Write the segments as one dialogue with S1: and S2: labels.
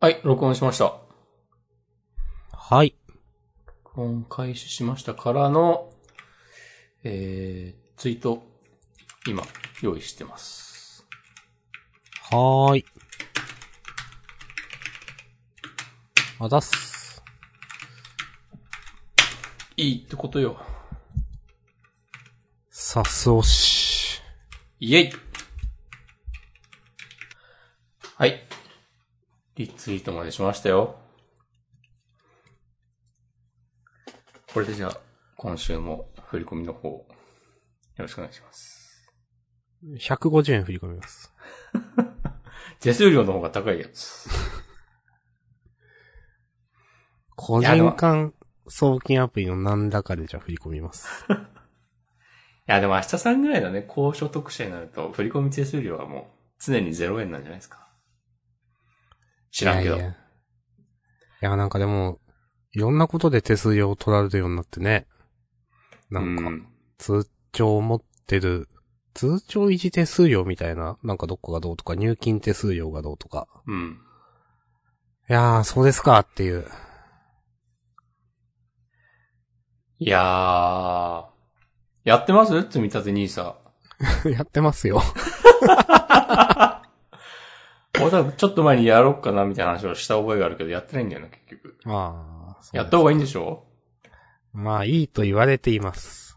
S1: はい、録音しました。
S2: はい。
S1: 録音開始しましたからの、えー、ツイート、今、用意してます。
S2: はーい。あざっす。
S1: いいってことよ。
S2: さすおし。
S1: イェイはい。リツイートまでしましたよ。これでじゃあ、今週も振り込みの方、よろしくお願いします。
S2: 150円振り込みます。
S1: 手数料の方が高いやつ。
S2: 個人間送金アプリの何らかでじゃあ振り込みます。
S1: いや、でも明日さんぐらいだね、高所得者になると、振り込み手数料はもう、常に0円なんじゃないですか。知らんけど。
S2: いやいやいや、なんかでも、いろんなことで手数料を取られるようになってね。なん
S1: う
S2: か、通帳を持ってる、通帳維持手数料みたいな、なんかどっかがどうとか、入金手数料がどうとか。
S1: うん。
S2: いやー、そうですかっていう。
S1: いやー。やってます積み立て NISA。
S2: やってますよ。
S1: 俺多分ちょっと前にやろうかなみたいな話をした覚えがあるけど、やってないんだよな、結局。
S2: まあ、そう
S1: やった方がいいんでしょ
S2: まあ、いいと言われています。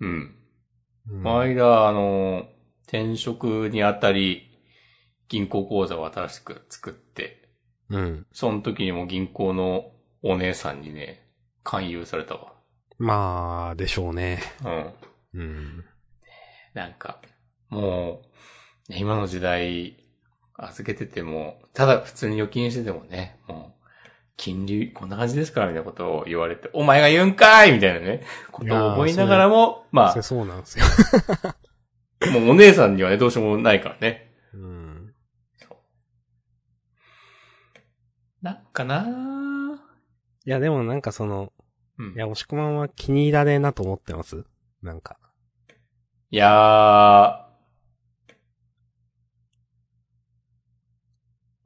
S1: うん。
S2: うん
S1: この間、あの、転職にあたり、銀行口座を新しく作って、
S2: うん。
S1: その時にも銀行のお姉さんにね、勧誘されたわ。
S2: まあ、でしょうね。
S1: うん。
S2: うん。
S1: なんか、もう、ね今の時代、預けてても、ただ普通に預金しててもね、もう、金利こんな感じですからみたいなことを言われて、お前が言うんかいみたいなね、ことを思いながらも、ま
S2: そ
S1: あ
S2: う、そうなんですよ。
S1: もうお姉さんにはね、どうしようもないからね。
S2: うん。
S1: なんかなぁ
S2: いや、でもなんかその、
S1: うん。
S2: いや、押し込まんは気に入らねえなと思ってますなんか。
S1: いや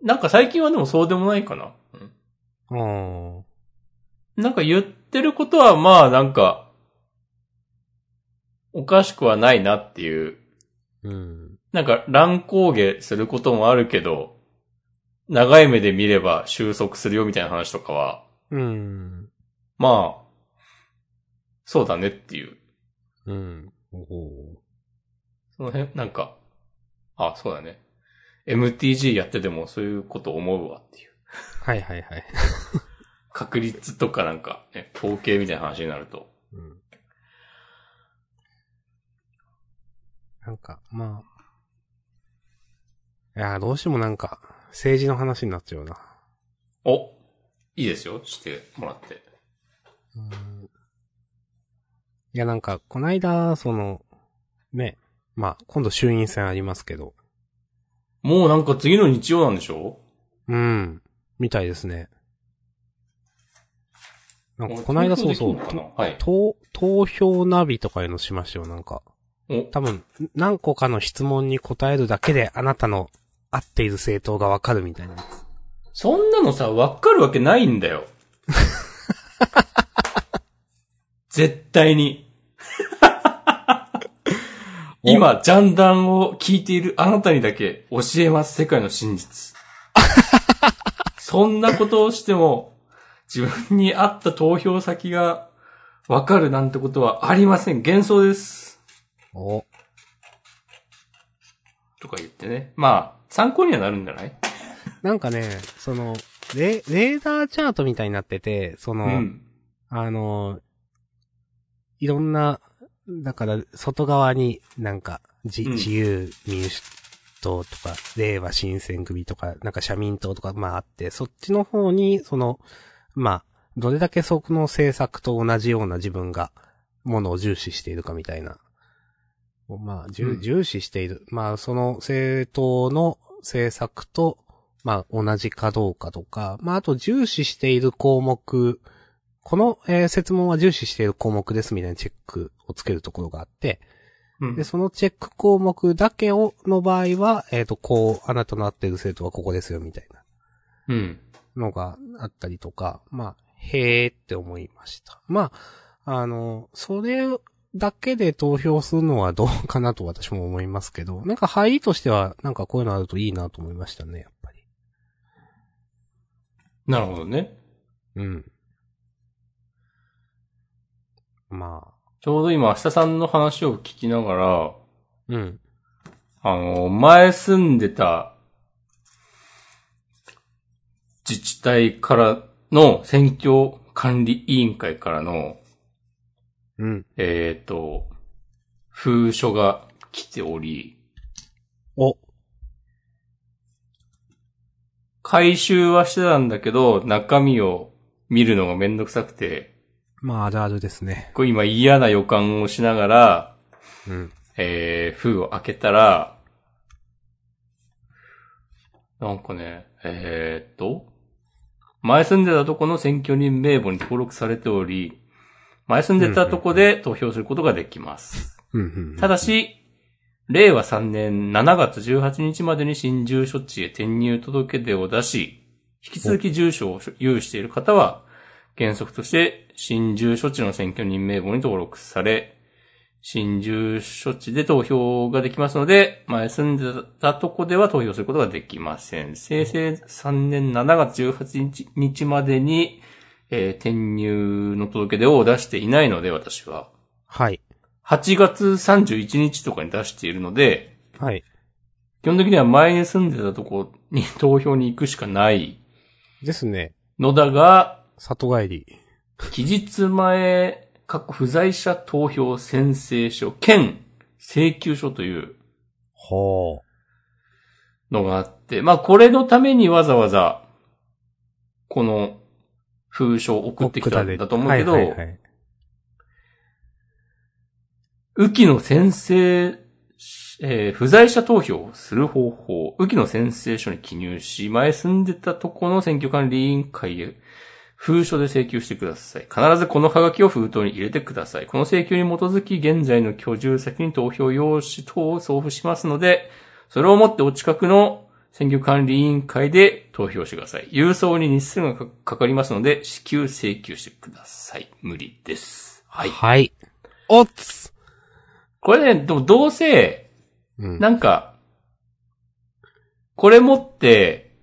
S1: ー、なんか最近はでもそうでもないかな。うん
S2: うん。
S1: なんか言ってることはまあなんか、おかしくはないなっていう。
S2: うん。
S1: なんか乱高下することもあるけど、長い目で見れば収束するよみたいな話とかは、
S2: うん。
S1: まあ、そうだねっていう。
S2: うん。おお。
S1: その辺、なんか、あ、そうだね。MTG やっててもそういうこと思うわっていう。
S2: はいはいはい。
S1: 確率とかなんか、ね、統計みたいな話になると。
S2: うん。なんか、まあ。いや、どうしてもなんか、政治の話になっちゃうな。
S1: おいいですよしてもらって。
S2: うんいや、なんか、こないだ、その、ね、まあ、今度衆院選ありますけど、
S1: もうなんか次の日曜なんでしょ
S2: うん、みたいですね。なんか、
S1: 俺
S2: こないだ
S1: 投
S2: そ
S1: 票
S2: う
S1: でき
S2: そ
S1: ん
S2: う
S1: の、かなはい。
S2: 投、投票ナビとかいうのしましたよ、なんか。
S1: お、
S2: 多分、何個かの質問に答えるだけで、あなたの合っている政党がわかるみたいなやつ。
S1: そんなのさ、わかるわけないんだよ。絶対に。今、ジャンダンを聞いているあなたにだけ教えます、世界の真実。そんなことをしても、自分に合った投票先がわかるなんてことはありません。幻想です。
S2: お、
S1: とか言ってね。まあ、参考にはなるんじゃない
S2: なんかね、その、レ、レーダーチャートみたいになってて、その、
S1: うん。
S2: あの、いろんな、だから、外側になんか、じ、
S1: うん
S2: 自由民主党とか、令和新選組とか、なんか社民党とか、まああって、そっちの方に、その、まあ、どれだけそこの政策と同じような自分が、ものを重視しているかみたいな。まあ、重
S1: うん
S2: 重視している。まあ、その政党の政策と、まあ、同じかどうかとか、まあ、あと重視している項目、この、えー説問は重視している項目ですみたいなチェックをつけるところがあって、
S1: うん
S2: で、そのチェック項目だけを、の場合は、えっ、と、こう、あなたの合っている政党はここですよみたいな。
S1: うん。
S2: のがあったりとか、まあ、へーって思いました。まあ、あの、それだけで投票するのはどうかなと私も思いますけど、なんか入りとしては、なんかこういうのあるといいなと思いましたね、やっぱり。
S1: なるほどね。
S2: うん。まあ、
S1: ちょうど今、明日さんの話を聞きながら、
S2: うん。
S1: あの、前住んでた自治体からの選挙管理委員会からの、
S2: うん。
S1: えっ、と、封書が来ており、
S2: お、
S1: 回収はしてたんだけど、中身を見るのがめんどくさくて、
S2: まああるあるですね。
S1: こう今嫌な予感をしながら、
S2: うん。
S1: えー、封を開けたら、なんかね、えー、っと、前住んでたとこの選挙人名簿に登録されており、前住んでたとこで投票することができます。
S2: うん、うん。
S1: ただし、令和3年7月18日までに新住所地へ転入届出を出し、引き続き住所を有している方は、原則として新住所地の選挙人名簿に登録され、新住所地で投票ができますので、前住んでたとこでは投票することができません。生成3年7月18日までに、えー転入の届出を出していないので、私は。
S2: はい。
S1: 8月31日とかに出しているので、
S2: はい。
S1: 基本的には前に住んでたとこに投票に行くしかない
S2: ですね。
S1: のだが、
S2: 里帰り。
S1: 期日前、過去不在者投票宣誓書兼請求書という
S2: ほう。
S1: のがあって、まあこれのためにわざわざ、この封書を送ってきたんだと思うけど、
S2: はいはいはい
S1: 雨季の宣誓、えー不在者投票をする方法、雨季の宣誓書に記入し、前住んでたとこの選挙管理委員会へ封書で請求してください。必ずこのハガキを封筒に入れてください。この請求に基づき、現在の居住先に投票用紙等を送付しますので、それをもってお近くの選挙管理委員会で投票してください。郵送に日数がかかかりますので、至急請求してください。無理です。はい。
S2: はい。おっつ
S1: これね、でもどうせ、
S2: うん。
S1: なんか、これ持って、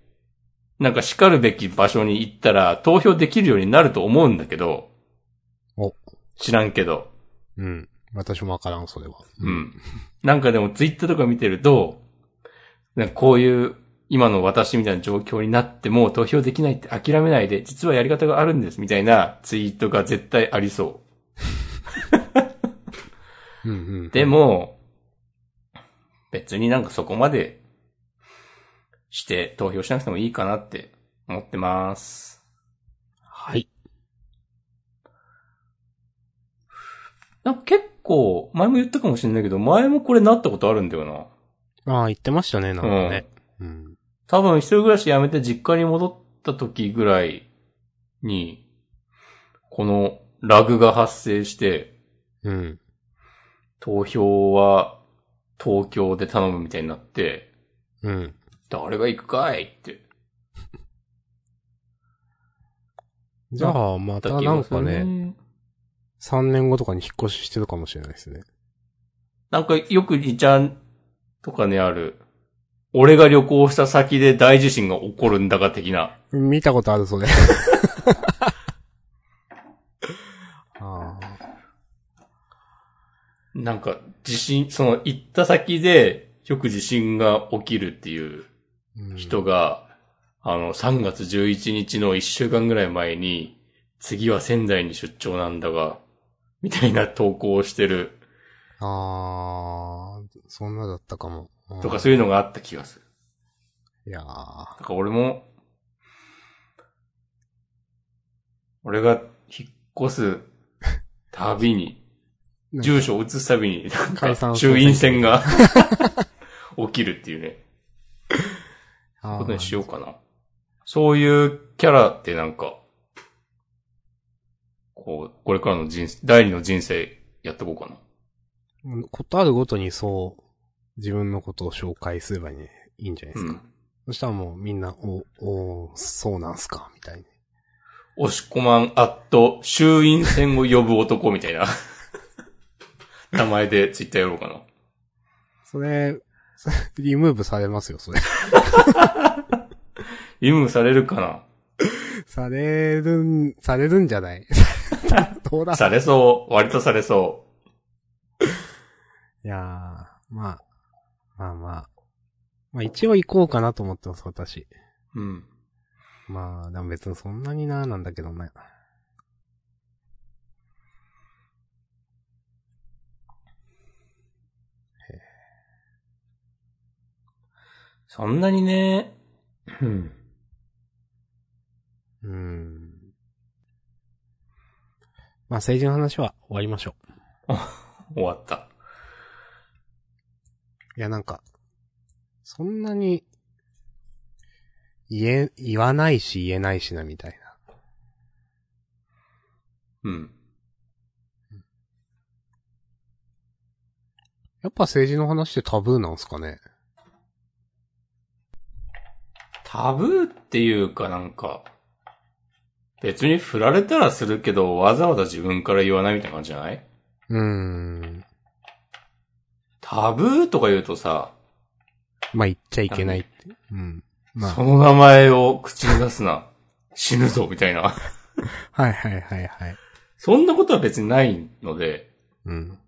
S1: なんか叱るべき場所に行ったら投票できるようになると思うんだけど、
S2: お
S1: 知らんけど、
S2: うん。私もわからん、それは。
S1: う。ん。なんかでもツイッターとか見てると、なんかこういう今の私みたいな状況になっても投票できないって諦めないで、実はやり方があるんですみたいなツイートが絶対ありそう。
S2: うんうん。
S1: で、も、別になんかそこまでして投票しなくてもいいかなって思ってます。
S2: はい。
S1: なんか結構、前も言ったかもしれないけど、前もこれなったことあるんだよな。
S2: ああ、言ってましたね、なんかね。うん。
S1: 多分一人暮らしやめて実家に戻った時ぐらいに、このラグが発生して、
S2: うん。
S1: 投票は東京で頼むみたいになって、
S2: うん。
S1: 誰が行くかいって
S2: じゃあ、ま
S1: 言
S2: た
S1: った気
S2: なん
S1: がす
S2: か
S1: る
S2: ね、3年後とかに引っ越ししてるかもしれないですね。
S1: なんかよくリちゃんとかにある、俺が旅行した先で大地震が起こるんだが的な。
S2: 見たことある、それ。 ああ。
S1: なんか地震、その行った先でよく地震が起きるっていう
S2: うん
S1: 人。が、あの3月11日の1週間ぐらい前に、次は仙台に出張なんだが、みたいな投稿をしてる
S2: ああ、そんなだったかも。うん
S1: とかそういうのがあった気がする。
S2: いやー
S1: なんか俺も、俺が引っ越すたびに、
S2: なんか
S1: 住所を移すたびに、なん
S2: 解散
S1: か衆院選が 起きるっていうね、
S2: あ
S1: ことにし
S2: ー
S1: ようかな。そういうキャラってなんか、こう、これからの人生、第二の人生やっていこうかな。
S2: うんことあるごとにそう、自分のことを紹介すればね、いいんじゃないで
S1: う
S2: すか。
S1: ん。
S2: そしたらもうみんな、お、お、そうなんすかみたいに。
S1: 押し込まん、アット、衆院選を呼ぶ男みたいな。 名前でツイッターやろうかな。
S2: それ、 それリムーブされますよ、それ。
S1: リムされるかな
S2: されるん、されるんじゃない どうだ
S1: されそう。割とされそ
S2: いやー、まあ、まあまあ。まあ一応行こうかなと思ってます、私。
S1: う。うん。
S2: まあ、でも別にそんなになーなんだけどね。
S1: そんなにね、うん
S2: うーん。まあ政治の話は終わりましょう。
S1: 終わった。
S2: いや、なんか、そんなに、言え、言わないし言えないしな、みたいな。
S1: うん。
S2: やっぱ政治の話ってタブーなんすかね
S1: タブーっていうかなんか、別に振られたらするけど、わざわざ自分から言わないみたいな感じじゃないう
S2: ーん。
S1: タブーとか言うとさ、
S2: まあ言っちゃいけないって。うん。ま
S1: そ
S2: あ、
S1: の名前を口に出すな。死ぬぞ、みたいな。
S2: はいはいはいはい。
S1: そんなことは別にないので、
S2: うん。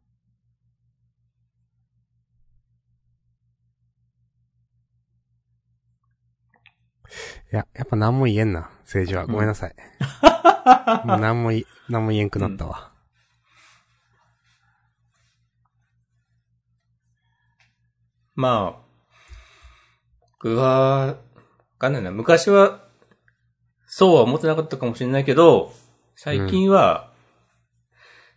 S2: いや、やっぱ何も言えんな、政治は。
S1: うん
S2: ごめんな さい。もう何もい、何も言えんくなったわ。
S1: まあ、僕は、わかんないな。昔は、そうは思ってなかったかもしれないけど、最近は、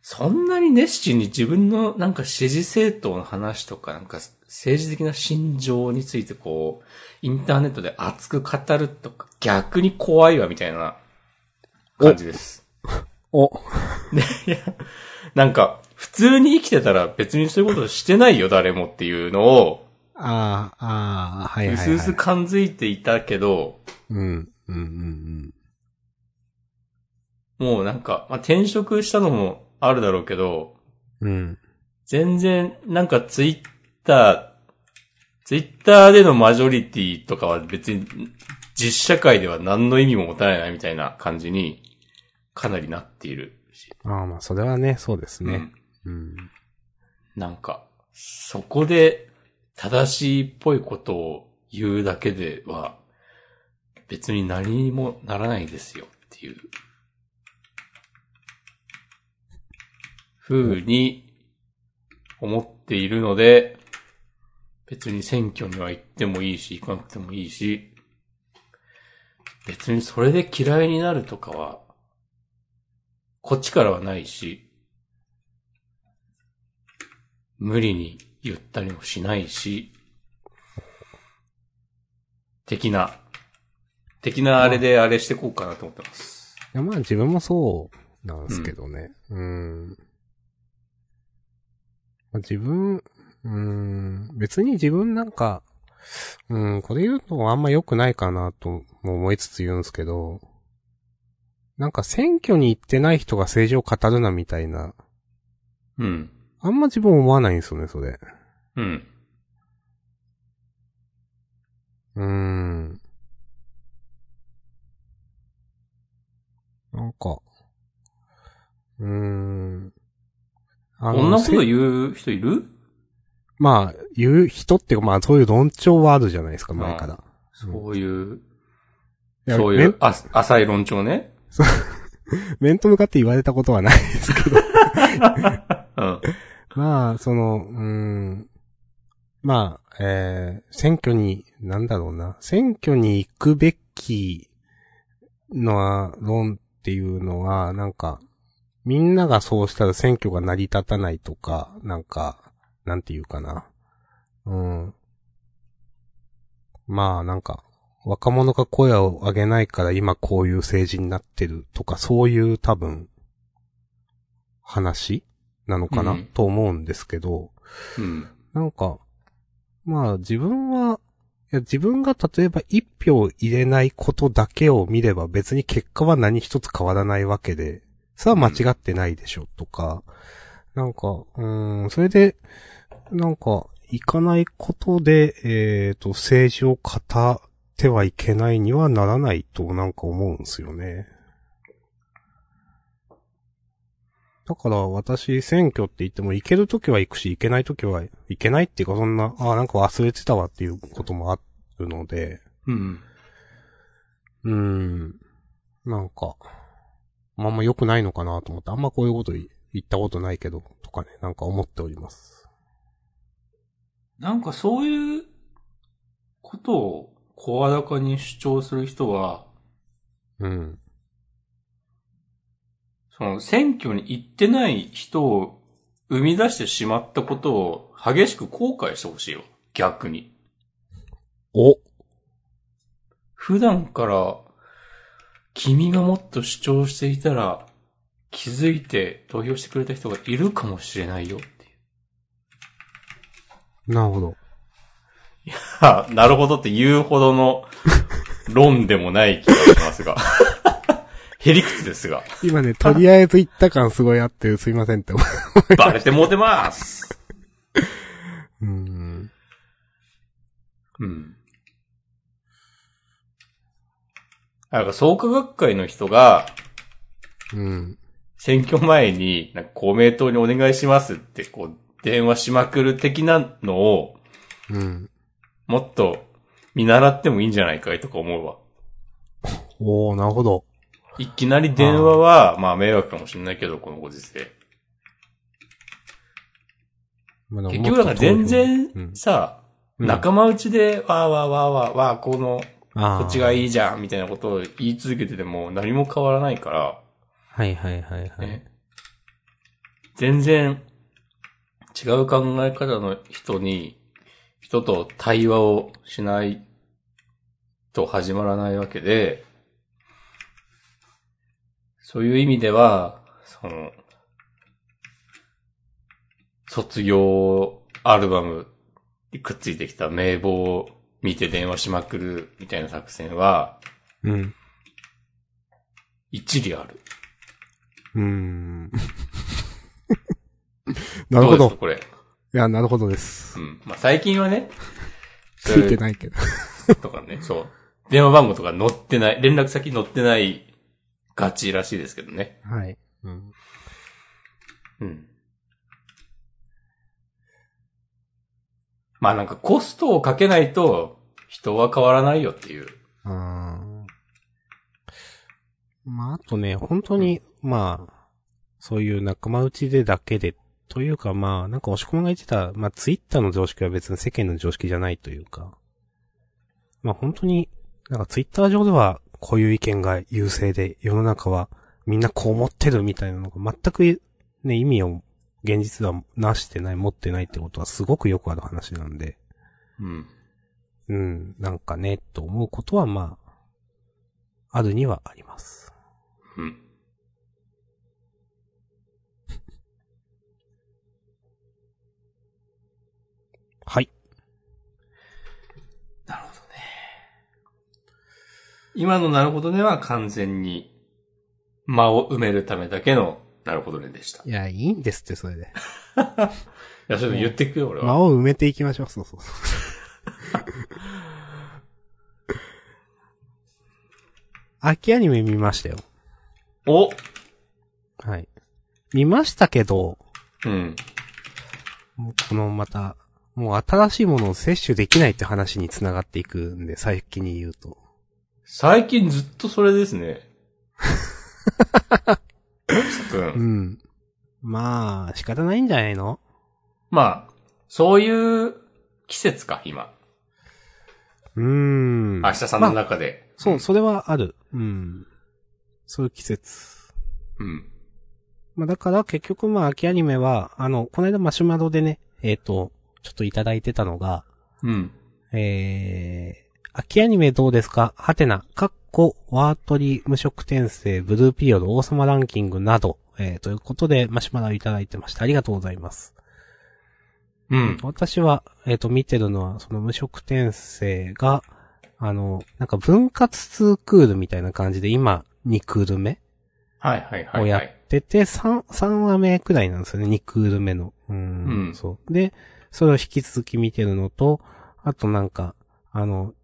S1: そんなに熱心に自分のなんか支持政党の話とか、なんか政治的な心情についてこう、インターネットで熱く語るとか、逆に怖いわみたいな感じです。
S2: お、
S1: なんか、普通に生きてたら別にそういうことしてないよ、誰もっていうのを、
S2: ああ、ああ、はいは
S1: う
S2: い、はい。
S1: すうす感づいていたけど、
S2: うん、うん、うん、うん。
S1: もうなんか、まあ、転職したのもあるだろうけど、
S2: うん。
S1: 全然なんかツイッター、ツイッターでのマジョリティとかは別に実社会では何の意味も持たないなみたいな感じにかなりなっているし。
S2: ああ、まあ、それはね、そうです
S1: う
S2: ね
S1: ん。。
S2: うん。
S1: なんか、そこで正しいっぽいことを言うだけでは別に何にもならないですよっていう。ふうに思っているので、別に選挙には行ってもいいし、行かなくてもいいし、別にそれで嫌いになるとかは、こっちからはないし、無理に言ったりもしないし、的な、的なあれであれしてこうかなと思ってます。
S2: いや、まあ自分もそうなんですけどね。うーん。まあ自分、うーん、別に自分なんか、うん、これ言うとあんま良くないかなとも思いつつ言うんですけど、なんか選挙に行ってない人が政治を語るなみたいな、
S1: うん。
S2: あんま自分思わないんですよね、それ。
S1: うん。
S2: うーん。なんか、うーん。あ
S1: こんなこと
S2: せ
S1: 言う人いる
S2: まあ、言う人っていうか、まあ、そういう論調はあるじゃないですか、前から。
S1: そういう、
S2: や
S1: そういう
S2: 面
S1: あ浅い論調 ね。
S2: 面と向かって言われたことはないですけど。
S1: うん。
S2: まあ、その、うーん。まあ、えー、選挙に、なんだろうな。選挙に行くべきのは、論っていうのは、なんか、みんながそうしたら選挙が成り立たないとか、なんか、なんていうかな。うん。まあ、なんか、若者が声を上げないから今こういう政治になってるとか、そういう多分、話なのかな、
S1: うん
S2: と思うんですけど、
S1: うん。
S2: なんか、まあ自分は、いや自分が例えば一票入れないことだけを見れば別に結果は何一つ変わらないわけで、それは間違ってないでしょとか、なんか、うーん、それで、なんか、行かないことで、えっ、と、政治を語ってはいけないにはならないとなんか思うんですよね。だから私、選挙って言っても行けるときは行くし、行けないときは行けないっていうか、そんな、ああ、なんか忘れてたわっていうこともあるので、
S1: うん。
S2: うーん。なんか、まああんま良くないのかなと思って、あんまこういうこと言ったことないけど、とかね、なんか思っております。
S1: なんかそういうことを声高に主張する人は、
S2: うん。
S1: その選挙に行ってない人を生み出してしまったことを激しく後悔してほしいよ。逆に。
S2: お
S1: 普段から君がもっと主張していたら気づいて投票してくれた人がいるかもしれないよっていう。
S2: なるほど。
S1: あなるほどって言うほどの論でもない気がしますが。 へりくつですが。
S2: 今ね、とりあえず言った感すごいあって、すいませんって思
S1: バレてモテます。
S2: う。うん。
S1: うん。なんか創価学会の人が
S2: うん。
S1: 選挙前になんか公明党にお願いしますってこう電話しまくる的なのを
S2: うん。
S1: もっと見習ってもいいんじゃないかいとか思うわ。
S2: おー、なるほど。
S1: いきなり電話は、まあ迷惑かもしれないけど、このご時世。
S2: まあ
S1: 結局だから全然さ、
S2: うん
S1: 仲間内で、わーわーわーわーわー、この、こ
S2: こ
S1: っちが
S2: い。
S1: いいじゃん、みたいなことを言い続けてても何も変わらないから、
S2: はいはいはいは
S1: ね全然違う考え方の人に、人と対話をしないと始まらないわけで、そういう意味では、その、卒業アルバムにくっついてきた名簿を見て電話しまくるみたいな作戦は
S2: うん。
S1: 一理ある。
S2: うん。 なるほ
S1: うで
S2: ど。
S1: すかこれ。
S2: いや、なるほどです
S1: う。ん。まあ、最近はね、
S2: ついてないけど。
S1: とかね、そう。電話番号とか載ってない、連絡先載ってないガチらしいですけどね。
S2: はい。うん。
S1: うん。まあなんかコストをかけないと人は変わらないよっていう。
S2: あーまあ、あとね、本当に、まあ、そういう仲間内でだけで、というかまあ、なんか押し込みが言ってた、まあ、ツイッターの常識は別に世間の常識じゃないというか、まあ本当に、なんかツイッター上では、こういう意見が優勢で、世の中はみんなこう思ってるみたいなのが全くね、意味を現実ではなしてない、持ってないってことはすごくよくある話なんで、
S1: うん。
S2: うん、なんかね、と思うことはまあ、あるにはあります。
S1: うん。
S2: はい。
S1: なるほどね。今のなるほどねは完全に間を埋めるためだけのなるほどねでした。い
S2: いや、いいんですって、それで。
S1: や、それ言ってくよ、俺は。
S2: 間を埋めていきましょう。そう そうそう。秋アニメ見ましたよ。
S1: お
S2: はい。見ましたけど、
S1: うん。
S2: もうこのまた、もう新しいものを摂取できないって話につながっていくんで、最近に言うと。
S1: 最近ずっとそれです ね。くん
S2: うん。まあ、仕方ないんじゃないの
S1: まあ、そういう季節か、今。
S2: うーん。
S1: 明日さんの中で。
S2: そう、それはある。うん。そういう季節。
S1: うん。
S2: まあだから結局まあ秋アニメは、あの、この間マシュマロでね、えっ、と、ちょっといただいてたのが、
S1: うん。
S2: えー、秋アニメどうですかハテナ、カッコ、ワートリ、無色転生、ブルーピリオド、王様ランキングなど、えー、ということでマシュマロをいただいてました。ありがとうございます。
S1: うん。
S2: 私は、えっ、と、見てるのは、その無職転生が、あの、なんか分割2クールみたいな感じで、今、2クール目
S1: はいはいは
S2: を
S1: い、
S2: や
S1: は
S2: っ
S1: い。
S2: てて、3、3話目くらいなんですよね、2クール目の。うん,、
S1: うん
S2: そう。で、それを引き続き見てるのと、あとなんか、あの、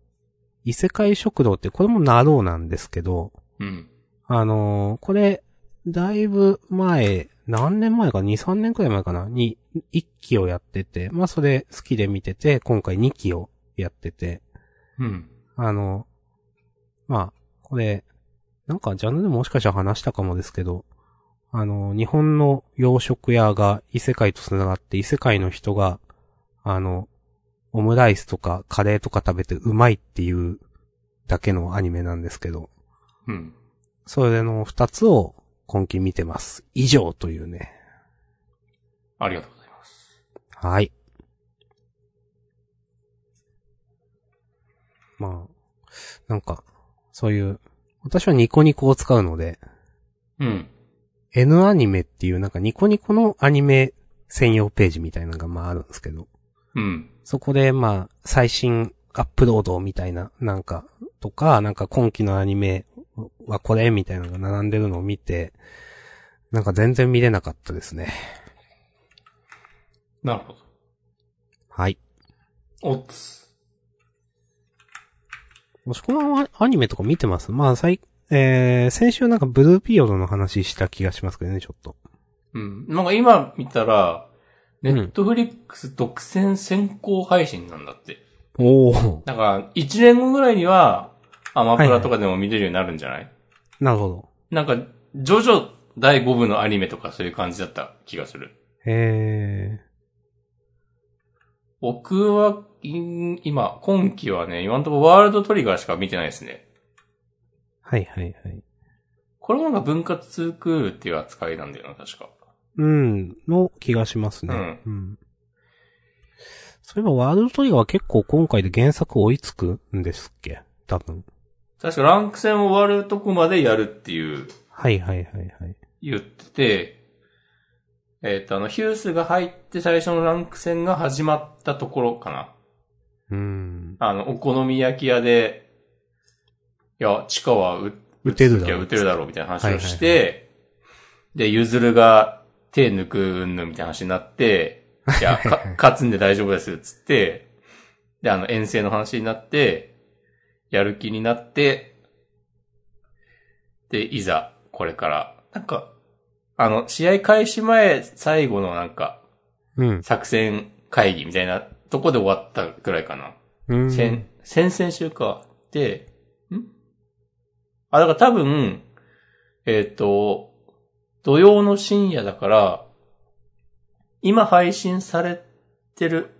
S2: 異世界食堂って、これもナローなんですけど、
S1: うん。
S2: あのーこれ、だいぶ前、何年前か、2、3年くらい前かな、に、1期をやってて、まあそれ好きで見てて、今回2期をやってて、
S1: うん。
S2: あの、まあ、これ、なんかジャンルでもしかしたら話したかもですけど、あの、日本の洋食屋が異世界と繋がって、異世界の人が、あの、オムライスとかカレーとか食べてうまいっていうだけのアニメなんですけど、
S1: うん。
S2: それの二つを今期見てます。以上というね。
S1: ありがとうございます。
S2: はい。まあ、なんか、そういう、私はニコニコを使うので、
S1: うん。
S2: N アニメっていうなんかニコニコのアニメ専用ページみたいなのがまああるんですけど、
S1: うん。
S2: そこでまあ最新アップロードみたいななんかとか、なんか今期のアニメはこれみたいなのが並んでるのを見て、なんか全然見れなかったですね。
S1: なるほど。
S2: はい。
S1: おっつ。
S2: もしこのアニメとか見てますまあ、最、えー、先週なんかブルーピリオドの話した気がしますけどね、ちょっと。
S1: うん。なんか今見たら、ネ
S2: うん
S1: ットフリックス独占先行配信なんだって。
S2: おお。
S1: だから、1年後ぐらいには、アマプラとかでも見れるようになるんじゃない、
S2: なるほど。
S1: なんか、ジョジョ第5部のアニメとかそういう感じだった気がする。
S2: え
S1: 僕は、い今、今期はね、今のところワールドトリガーしか見てないですね。
S2: ー、はいはいはい。
S1: これもなんか分割2クールっていう扱いなんだよな、確か。
S2: うん、の気がしますね。
S1: うん
S2: うんそういえば、ワールドトリガーは結構今回で原作追いつくんですっけ多分。
S1: 確かランク戦を終わるとこまでやるっていう
S2: はいはいはいはい。
S1: 言ってて、えっ、と、あの、ヒュースが入って最初のランク戦が始まったところかな。
S2: うん。
S1: あの、お好み焼き屋で、いや、地下はう
S2: 打てるだ
S1: いや、
S2: ろう
S1: 打てるだろうみたいな話をして、で、ゆずるが手抜くうんぬんみたいな話になって、いや、か勝つんで大丈夫ですっつって、で、あの、遠征の話になって、やる気になって、で、いざ、これから、なんか、あの、試合開始前、最後のなんか、
S2: うん。
S1: 作戦会議みたいなとこで終わったくらいかな。
S2: うん。
S1: 先、先々週か。で、んあ、だから多分、えっ、と、土曜の深夜だから、今配信されてる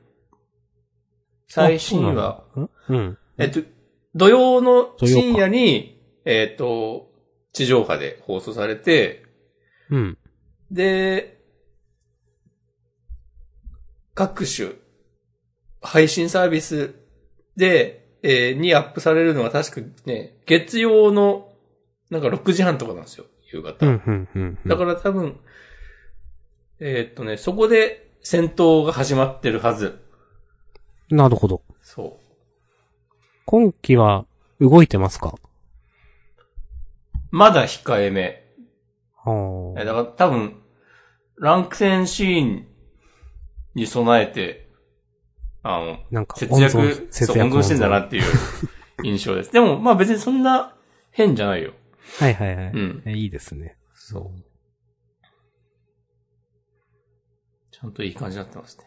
S1: 最新話、
S2: あ。そうなんだんうん。
S1: えっ、と、土曜の
S2: 土曜か
S1: 深夜に、えっ、と、地上波で放送されて、
S2: うん。
S1: で、各種、配信サービスで、えーにアップされるのは確かね、月曜の、なんか6時半とかなんですよ、夕方。
S2: うん、うん、うん。
S1: だから多分、えーっとね、そこで戦闘が始まってるはず。
S2: ら。なるほど。
S1: そ
S2: 今期は動いてますか
S1: う。まだ控えめ。
S2: は
S1: えだから多分、ランク戦シーンに備えて、あの、
S2: なんか、
S1: 節
S2: 温
S1: 約
S2: 存、
S1: そう、温存してんだな
S2: 温
S1: っていう印象です。でも、まあ別にそんな変じゃないよ。
S2: 存はいはいはい。
S1: うん
S2: えいいですね。
S1: そう。ちゃんといい感じになってますね。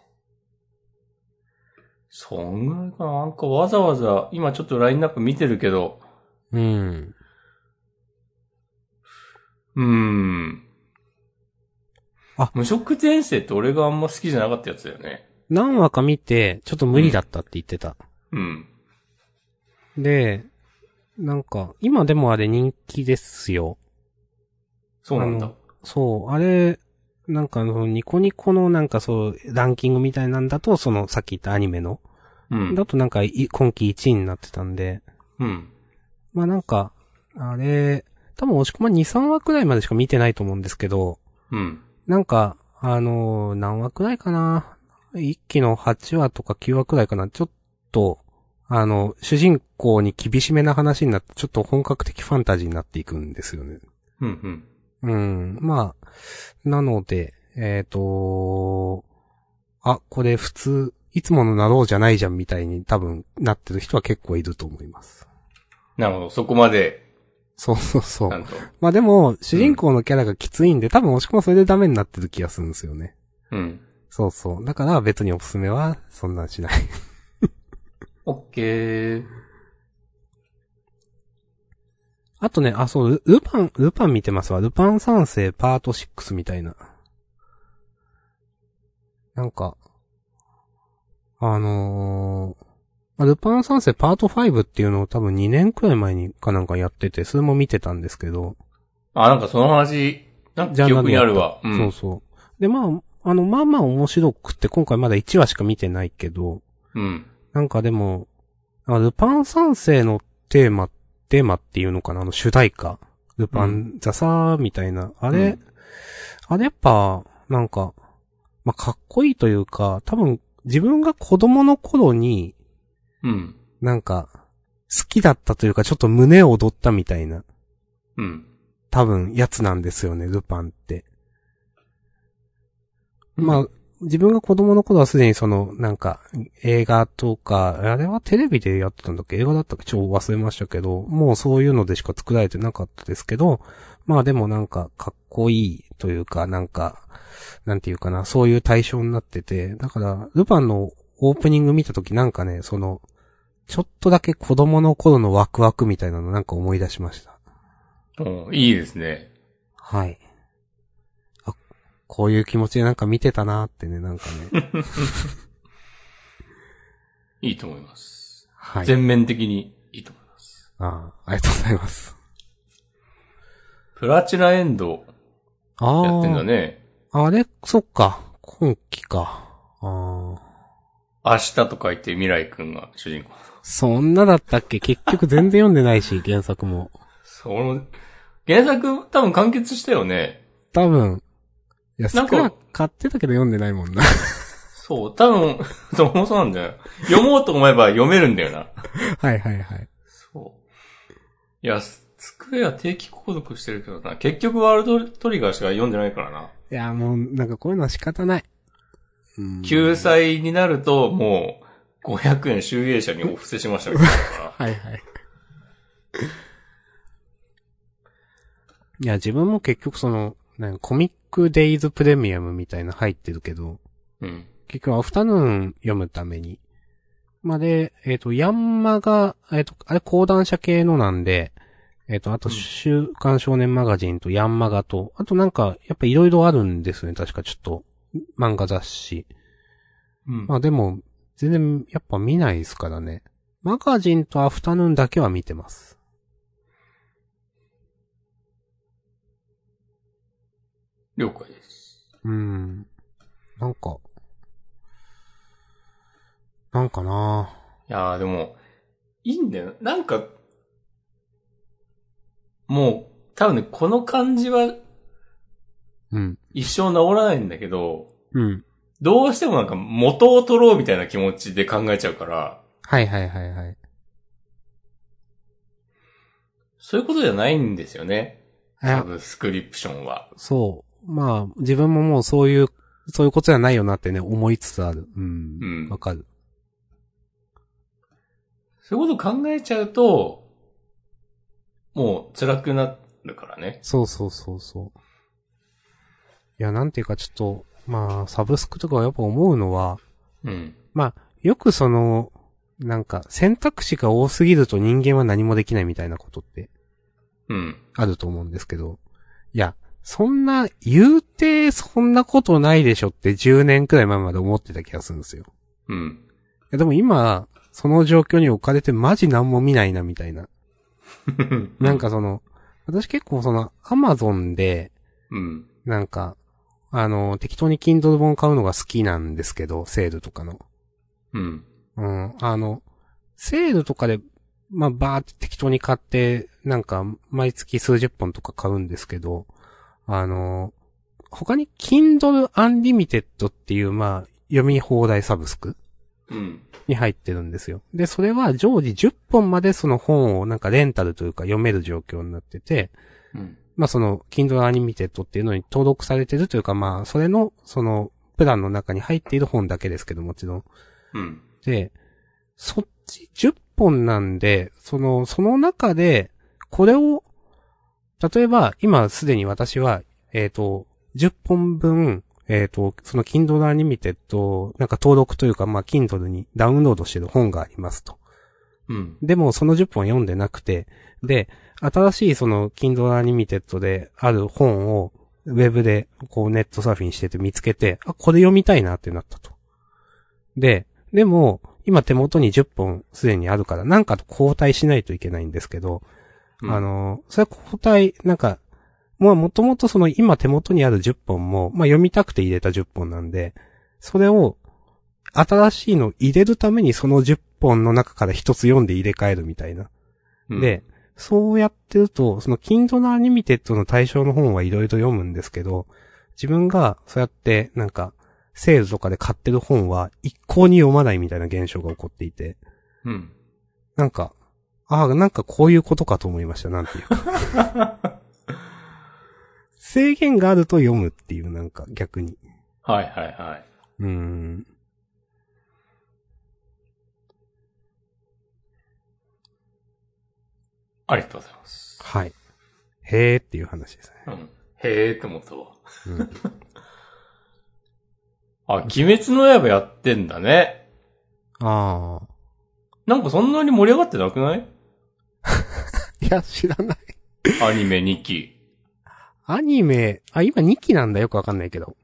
S1: そんぐらいかな。なんかわざわざ、今ちょっとラインナップ見てるけど、
S2: うん。
S1: うーん。
S2: あ
S1: 無職転生って俺があんま好きじゃなかったやつだよね。
S2: 何話か見て、ちょっと無理だったって言ってた。
S1: うん。
S2: で、なんか、今でもあれ人気ですよ。
S1: そうなん
S2: あ
S1: だ
S2: の。そう、あれ、なんかあの、ニコニコのなんかそう、ランキングみたいなんだと、その、さっき言ったアニメの。
S1: うん。
S2: だとなんか、い今期1位になってたんで、
S1: うん。
S2: まあなんか、あれ、多分押し込ま2、3話くらいまでしか見てないと思うんですけど、
S1: うん。
S2: なんか、あのー何話くらいかな。一期の8話とか9話くらいかな、ちょっと、あの、主人公に厳しめな話になって、ちょっと本格的ファンタジーになっていくんですよね。
S1: うんうん。
S2: うん。まあ、なので、えっ、と、あ、これ普通、いつものなろうじゃないじゃんみたいに多分なってる人は結構いると思います。
S1: なるほど。そこまで、
S2: そうそうそ
S1: ちゃ
S2: う。
S1: んと。
S2: まあでも、主人公のキャラがきついんで、多分押し込まそれでダメになってる気がするんですよね。
S1: うん。
S2: そうそう。だから別におすすめは、そんなんしない。
S1: オッケー。
S2: あとね、あ、そう、ルルパン、ルパン見てますわ。ルパン三世パート6みたいな。なんか、あのーまあ、ルパン三世パート5っていうのを多分2年くらい前にかなんかやってて、それも見てたんですけど、
S1: あ、なんかその話、なん
S2: ジ
S1: か
S2: ャン
S1: 記
S2: ダン
S1: 憶
S2: で
S1: に
S2: や
S1: あ
S2: った
S1: るわ。う。
S2: そうんそう。で、まあ、あの、まあまあ面白くって、今回まだ1話しか見てないけど、
S1: うん。
S2: なんかでも、あルパン三世のテーマ、テーマっていうのかなあの主題歌。ルパ
S1: う
S2: ン、ザサーみたいな。あ
S1: あ
S2: れ、あれやっぱ、なんか、まあ、かっこいいというか、多分、自分が子供の頃に、
S1: うん。
S2: なんか、好きだったというか、ちょっと胸を踊ったみたいな、
S1: うん。
S2: 多分、やつなんですよね、ルパンって。まあ、自分が子供の頃はすでにその、なんか、映画とか、あれはテレビでやってたんだっけ映画だったっけ超忘れましたけど、もうそういうのでしか作られてなかったですけど、まあでもなんか、かっこいいというか、なんか、なんていうかな、そういう対象になってて、だから、ルパンのオープニング見たときなんかね、その、ちょっとだけ子供の頃のワクワクみたいなのなんか思い出しました。
S1: うんいいですね。
S2: はい。あ、こういう気持ちでなんか見てたなーってね、なんか ね。
S1: いいと思います。
S2: はい。
S1: 全面的にいいと思います。
S2: ああ、ありがとうございます。
S1: プラチナエンド
S2: ああ。
S1: やってんだね。
S2: あれ、そっか。今期か。ああ。
S1: 明日と書いて未来くんが主人公。
S2: そんなだったっけ結局全然読んでないし、 原作も。
S1: その、原作多分完結したよね。
S2: 多分。い
S1: な
S2: や、少
S1: んか
S2: な買ってたけど読んでないもんな。
S1: そう、多分、 そうそうなんだよ。読もうと思えば読めるんだよな。
S2: はいはいはい。
S1: そう。いや、ススクエア定期購読してるけどな。結局ワールドトリガーしか読んでないからな。
S2: いや、もう、なんかこういうのは仕方ない。うん
S1: 救済になると、もう、500円集英社にお布施しましたみたいなから
S2: はいはい。いや、自分も結局その、なんかコミックデイズプレミアムみたいな入ってるけど、
S1: うん。
S2: 結局アフタヌーン読むために。まあで、えっ、と、ヤンマが、えっ、と、あれ講談社系のなんで、えっ、と、あと、
S1: うん
S2: 週刊少年マガジンとヤンマガと、あとなんか、やっぱいろいろあるんですよね、確かちょっと、漫画雑誌。
S1: うん。
S2: まあでも、全然、やっぱ見ないですからね。マガジンとアフタヌーンだけは見てます。
S1: 了解です。
S2: うん。なんか、なんかない
S1: やーでも、いいんだよ。なんか、もう、多分ね、この感じは
S2: うん。
S1: 一生治らないんだけど、
S2: うん。
S1: どうしてもなんか元を取ろうみたいな気持ちで考えちゃうから、
S2: はいはいはいはい。
S1: そういうことじゃないんですよね。
S2: あ
S1: サブスクリプションは。
S2: そう。まあ、自分ももうそういう、そういうことじゃないよなってね、思いつつある。うん
S1: う。ん
S2: わ、かる。
S1: そういうこと考えちゃうと、もう辛くなるからね。
S2: そうそうそうそう。いや、なんていうかちょっと、まあ、サブスクとかはやっぱ思うのは、
S1: うん。
S2: まあ、よくその、なんか、選択肢が多すぎると人間は何もできないみたいなことって
S1: うん。
S2: あると思うんですけど、いや、そんな、言うて、そんなことないでしょって10年くらい前まで思ってた気がするんですよ。い
S1: うん。
S2: や、でも今、その状況に置かれてマジ何も見ないなみたいな。なん、かその、私結構その、アマゾンで、
S1: うん。
S2: なんか、あの、適当に Kindle 本買うのが好きなんですけど、セールとかの。
S1: うん。
S2: うん、あの、セールとかで、まあ、バーって適当に買って、なんか、毎月数十本とか買うんですけど、あの、他に Kindle Unlimited っていう、まあ、読み放題サブスク
S1: うん。
S2: に入ってるんですよ。で、それは常時10本までその本をなんかレンタルというか読める状況になってて、
S1: うん。
S2: まあその Kindle Unlimited っていうのに登録されてるというかまあそれのそのプランの中に入っている本だけですけどもちろん。
S1: うん。
S2: で、そっち10本なんで、その、その中で、これを、例えば、今すでに私は、えっ、と、10本分、えっ、と、その Kindle Unlimited、なんか登録というか、まあ、Kindle にダウンロードしてる本がありますと。
S1: うん。
S2: でも、その10本読んでなくて、で、新しいその Kindle Unlimited である本を、ウェブで、こうネットサーフィンしてて見つけて、あ、これ読みたいなってなったと。で、でも、今手元に10本すでにあるから、なんかと交代しないといけないんですけど、
S1: うん
S2: あ、の、それは交代、なんか、まあもともとその今手元にある10本も、まあ読みたくて入れた10本なんで、それを、新しいの入れるためにその10本の中から一つ読んで入れ替えるみたいな。
S1: うん
S2: で、、そうやってると、その Kindle Unlimited の対象の本はいろいろ読むんですけど、自分がそうやってなんか、セールとかで買ってる本は一向に読まないみたいな現象が起こっていて、
S1: うん。
S2: なんか、ああ、なんかこういうことかと思いました、なんていうか。制限があると読むっていう、なんか逆に。
S1: はいはいはい。
S2: うーん。
S1: ありがとうございます。
S2: はい。へーっていう話ですね。
S1: うん。へえって思ったわ。
S2: うん、
S1: あ、鬼滅の刃やってんだね。
S2: ああ。
S1: なんかそんなに盛り上がってなくない
S2: いや、知らない。
S1: アニメ2期。
S2: アニメ、あ、今2期なんだよくわかんないけど。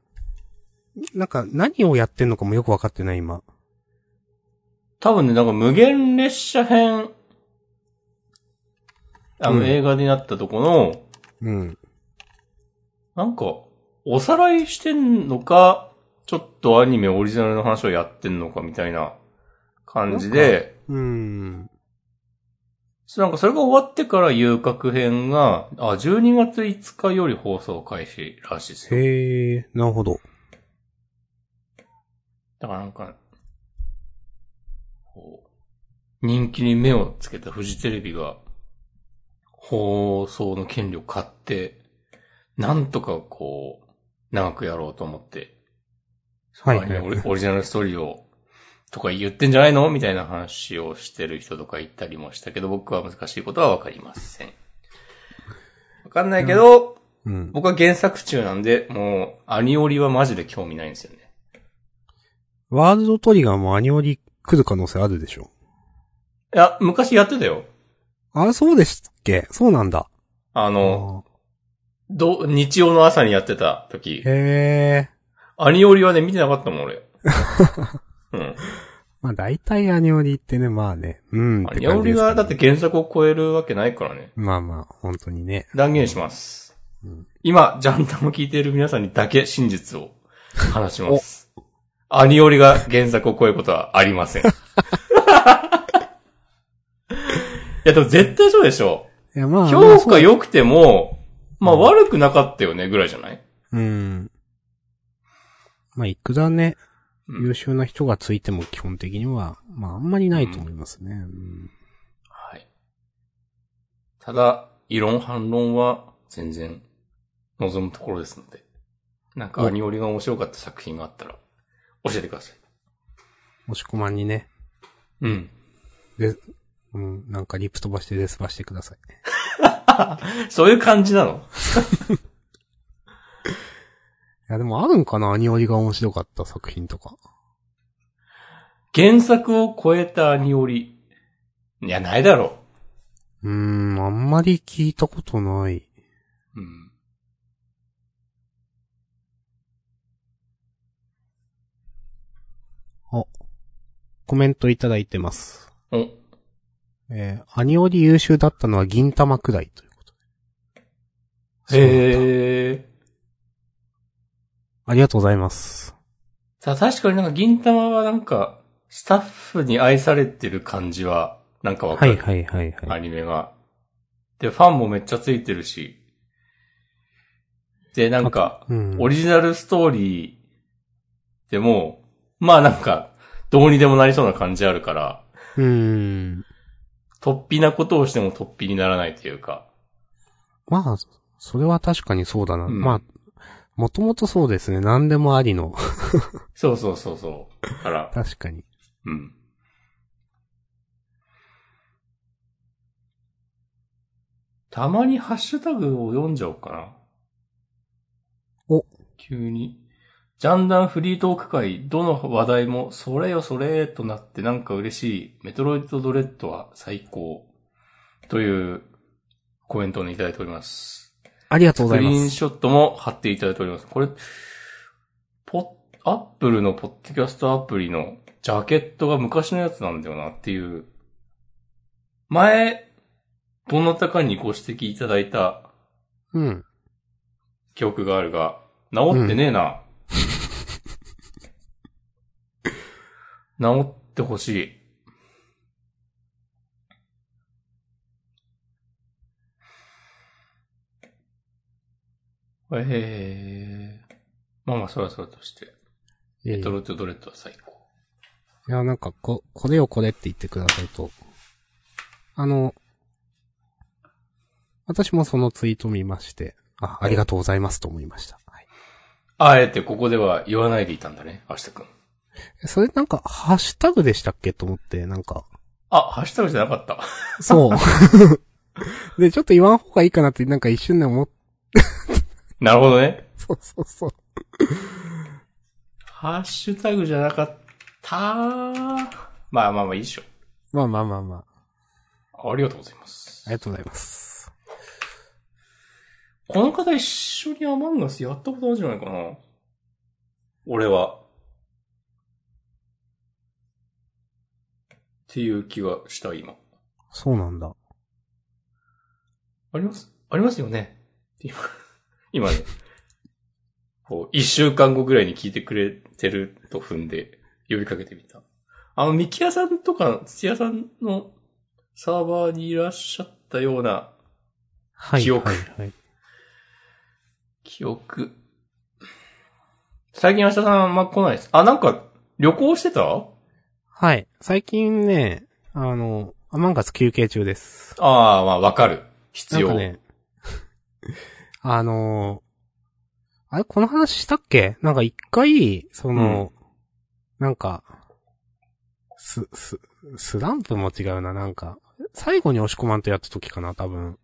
S2: なんか、何をやってんのかもよくわかってない、今。
S1: 多分ね、なんか無限列車編、あ
S2: うん
S1: の映画になったとこの、
S2: うん。
S1: なんか、おさらいしてんのか、ちょっとアニメオリジナルの話をやってんのかみたいな感じで、
S2: うーん。
S1: そうなんかそれが終わってから遊郭編が、あ、12月5日より放送開始らしいですよ。
S2: へえ、なるほど。
S1: だからなんか、こう、人気に目をつけたフジテレビが、放送の権利を買って、なんとかこう、長くやろうと思って、
S2: はい
S1: アニメオリオリジナルストーリーを、とか言ってんじゃないのみたいな話をしてる人とか言ったりもしたけど、僕は難しいことはわかりません。わかんないけど、
S2: うん。
S1: 僕は原作中なんで、もう、アニオリはマジで興味ないんですよね。
S2: ワールドトリガーもアニオリ来る可能性あるでしょ。
S1: いや、昔やってたよ。
S2: あ、そうでしたっけそうなんだ。
S1: あ
S2: あ
S1: の、
S2: ー
S1: ど、日曜の朝にやってた時。
S2: へえ。
S1: アニオリはね、見てなかったもん、 俺。うん。
S2: まあ、大体アニオリってね、まあね。うんっ
S1: ア
S2: て感じです
S1: ニオリはだって
S2: け
S1: 原作を超えるわけないからね。
S2: ど。まあまあ、本当にね。
S1: 断言します。
S2: うん
S1: 今、ジャンダンを聞いている皆さんにだけ真実を話します。アニオリが原作を超えることはありません。 いや、でも絶対そうでしょ。
S2: いや、まあ。まあ
S1: 評
S2: そう
S1: 価良くても、まあ
S2: うん
S1: 悪くなかったよね、ぐらいじゃない
S2: うん。まあ、いくらね、
S1: うん
S2: 優秀な人がついても基本的には、まあ、あんまりないと思いますね。うん
S1: はい。ただ、異論反論は全然望むところですので。なんか
S2: お
S1: アニオリが面白かった作品があったら教えてください。
S2: もしこまんにね、
S1: うん。
S2: うん、なんかリプ飛ばしてレスばしてください。
S1: そういう感じなの
S2: いや、でもあるんかなアニオリが面白かった作品とか。
S1: 原作を超えたアニオリ。いや、ないだろ
S2: うーん、あんまり聞いたことない。
S1: う。うん。
S2: コメントいただいてます。
S1: お、
S2: えーアニオリ優秀だったのは銀玉くらいということで。そうなんだ
S1: へえ。
S2: ありがとうございます。
S1: さあ、確かになんか銀玉はなんか、スタッフに愛されてる感じは、なんかわか
S2: は
S1: る。
S2: いはいはいは
S1: ア
S2: い。
S1: ニメが。で、ファンもめっちゃついてるし。で、なんか、
S2: うん。
S1: オリジナルストーリーでも、まあなんか、どうにでもなりそうな感じあるから、
S2: うーん。
S1: 突飛なことをしても突飛にならないというか。
S2: まあ、それは確かにそうだな。
S1: うん
S2: まあ、もともとそうですね。何でもありの。
S1: そうそうそうそう。だから、
S2: 確かに。
S1: うん。たまにハッシュタグを読んじゃおうかな。
S2: お。
S1: 急に。ジャンダンフリートーク会、どの話題も、それよそれとなってなんか嬉しい。メトロイドドレッドは最高。というコメントをねいただいております。
S2: ありがとう
S1: ス
S2: ござ
S1: ク
S2: い
S1: リ
S2: ま
S1: ーン
S2: す。
S1: ショットも貼っていただいております。これ、ポッ、アップルのポッドキャストアプリのジャケットが昔のやつなんだよなっていう。前、どなたかにご指摘いただいた
S2: うん。
S1: 記憶があるが、治ってねえな。治ってほしい。ええまあまあ、そらそらとして。
S2: いやい
S1: ド
S2: や
S1: ロッドドレッドは最高。
S2: いや、なんか、こ、これをこれって言ってくださいと。あの、私もそのツイート見まして、あ、ありがとうございますと思いました。はい。
S1: あえてここでは言わないでいたんだね、明日くん。
S2: それなんか、ハッシュタグでしたっけと思って、なんか、
S1: あ、ハッシュタグじゃなかった。
S2: そう。 で、ちょっと言わん方がいいかなって、なんか一瞬で思っ、
S1: なるほどね。
S2: そうそうそう。
S1: ハッシュタグじゃなかったまあまあまあいいでしょ。
S2: まあまあまあまあ、
S1: ありがとうございます
S2: あり。がとうございます。
S1: この方一緒にアマンガスやったことあるんじゃないかな俺は。っていう気がした、今。
S2: そうなんだ。
S1: ありますありますよね今、 今ね。こう、一週間後ぐらいに聞いてくれてると踏んで、呼びかけてみた。あの、ミキヤさんとか、土屋さんのサーバーにいらっしゃったような
S2: はい。
S1: 記憶
S2: はい、はい。
S1: 記憶。最近明日さんあんま来ないです。あ、なんか、旅行してたあ
S2: はい。最近ね、あの、アマンガス休憩中です。
S1: あ、まあ、わかる。必要。
S2: なんかね、 あのーあれ、この話したっけなんか一回、その、なんか、す、す、スランプも違うな、なんか、最後に押し込まんとやった時かな、多分。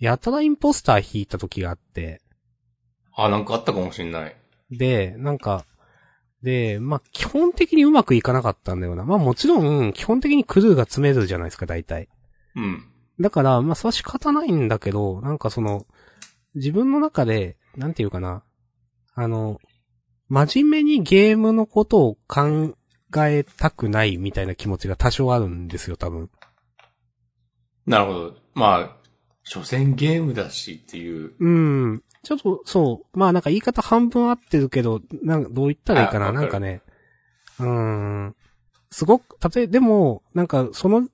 S2: やたらインポスター引いた時があって、
S1: あ、なんかあったかもしんない。
S2: で、なんか、で、まあ、基本的にうまくいかなかったんだよな。まあ、もちろん、基本的にクルーが詰めるじゃないですか、大体。
S1: うん。
S2: だから、まあ、それは仕方ないんだけど、なんかその、自分の中で、なんていうかな、あの、真面目にゲームのことを考えたくないみたいな気持ちが多少あるんですよ、多分。
S1: なるほど。まあ、所詮ゲームだしっていう。
S2: うん。ちょっと、そう。まあなんか言い方半分合ってるけど、なんかどう言ったらいいか
S1: あ
S2: な。
S1: わか
S2: な
S1: る
S2: んかね。うーん。すごく、たとえ、でも、なんかその、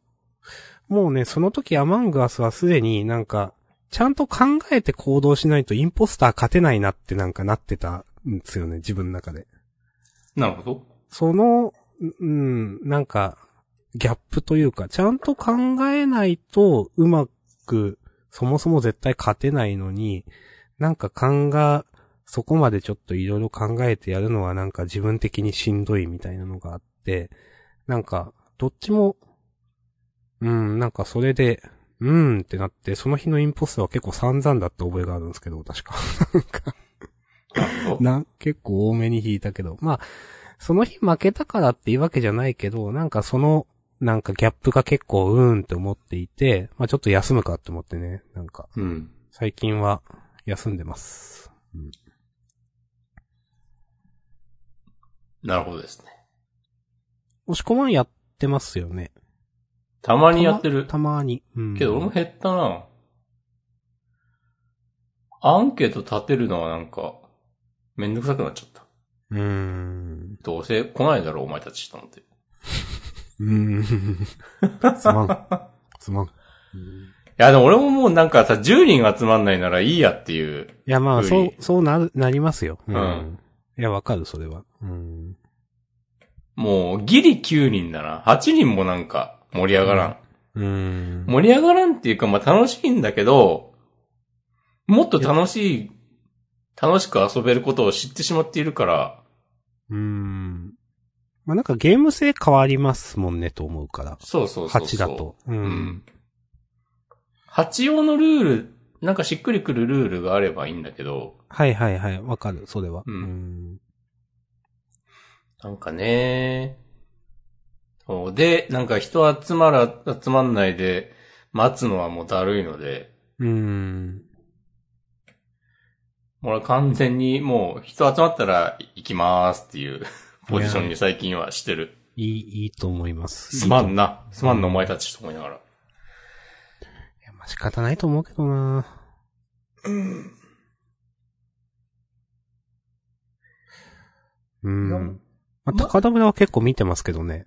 S2: もうね、その時アマングアスはすでになんか、ちゃんと考えて行動しないとインポスター勝てないなってなんかなってたんですよね、自分の中で。
S1: なるほど。
S2: その、うん、なんか、ギャップというか、ちゃんと考えないとうまく、そもそも絶対勝てないのに、なんか考え、そこまでちょっといろいろ考えてやるのはなんか自分的にしんどいみたいなのがあって、なんか、どっちも、うん、なんかそれで、うんってなって、その日のインポスターは結構散々だった覚えがあるんですけど、確か。
S1: なるほど。
S2: な、結構多めに引いたけど。まあ、その日負けたからっていうわけじゃないけど、なんかその、なんかギャップが結構うーんって思っていて、まあちょっと休むかって思ってね、なんか、
S1: うん。
S2: 最近は休んでます。
S1: なるほどですね。
S2: 押し込まんやってますよね。
S1: たまにやってる。
S2: たまたまに。うん。
S1: けど俺も減ったな。アンケート立てるのはなんか、めんどくさくなっちゃった。
S2: うーん。
S1: どうせ来ないだろう、お前たちと思って。
S2: うーん。つまん。つまん。うん
S1: いや、でも俺ももうなんかさ、10人集まんないならいいやっていう。
S2: いや、まあ、
S1: 古い
S2: そう、そうなる、なりますよ。
S1: うん。
S2: いや、わかる、それは。うん。
S1: もう、ギリ9人だな。8人もなんか、盛り上がらん。
S2: うーん。
S1: 盛り上がらんっていうか、まあ楽しいんだけど、もっと楽しい、楽しく遊べることを知ってしまっているから、
S2: うーん。まあ、なんかゲーム性変わりますもんねと思うから。
S1: そうそうそうそう。
S2: 8だと。う。
S1: うんん。八用のルール、なんかしっくりくるルールがあればいいんだけど、
S2: はいはいはい。わかる。それは。
S1: うん
S2: ん。
S1: なんかねそうで、なんか人集まら、集まんないで、待つのはもうだるいので、
S2: うーん。
S1: もう完全にもう人集まったら行きますっていうポジションに最近はしてる。
S2: いい、いいと思います。
S1: すま
S2: いい
S1: んな。すまんのお前たちと思いながら。
S2: といやまあ、仕方ないと思うけどなうん。うん。
S1: ま
S2: まあ、高田村は結構見てますけどね。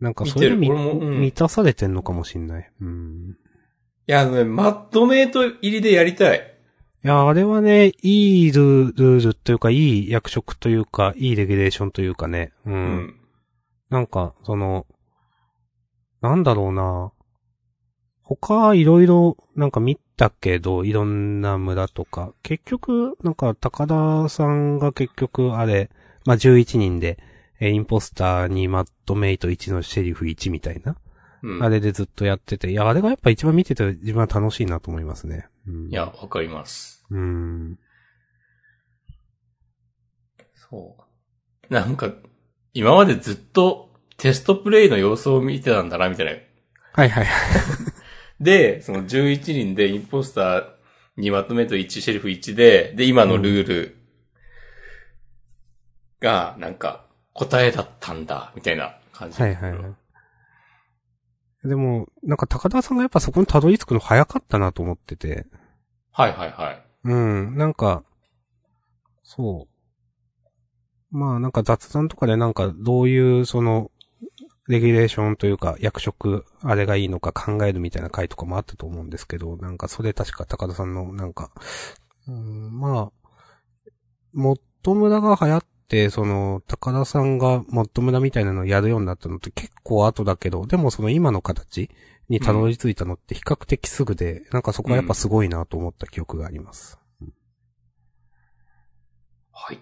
S2: なんかそういう
S1: 見
S2: み
S1: てる俺もうん
S2: 満たされてんのかもしんない。うん。
S1: いや、ね、マッドメイト入りでやりたい。
S2: いや、あれはね、いいルールールというか、いい役職というか、いいレギュレーションというかね。う。。
S1: うん
S2: なんか、その、なんだろうな他、いろいろ、なんか見たけど、いろんな村とか、結局、なんか、高田さんが結局、あれ、まあ、11人で、えーインポスターにマッドメイト1のシェリフ1みたいな、
S1: うん、
S2: あれでずっとやってて、いや、あれがやっぱ一番見てて自分は楽しいなと思いますね。うん、
S1: いや、、わかります。
S2: うん。
S1: そう。なんか、今までずっとテストプレイの様子を見てたんだな、みたいな。
S2: はいはいはい。
S1: で、その11人でインポスター2まとめと1、シェリフ1で、で、今のルールが、なんか、答えだったんだ、みたいな感じ。
S2: はいはいはい。でも、なんか高田さんがやっぱそこにたどり着くの早かったなと思ってて。
S1: はいはいはい。
S2: うん、なんか、そう。まあなんか雑談とかでなんかどういうその、レギュレーションというか役職、あれがいいのか考えるみたいな回とかもあったと思うんですけど、なんかそれ確か高田さんのなんか、うん、まあ、モット村が流行って、その、高田さんがモット村みたいなのをやるようになったのって結構後だけど、でもその今の形にたどり着いたのって比較的すぐで、なんかそこはやっぱすごいなと思った記憶があります。
S1: はい。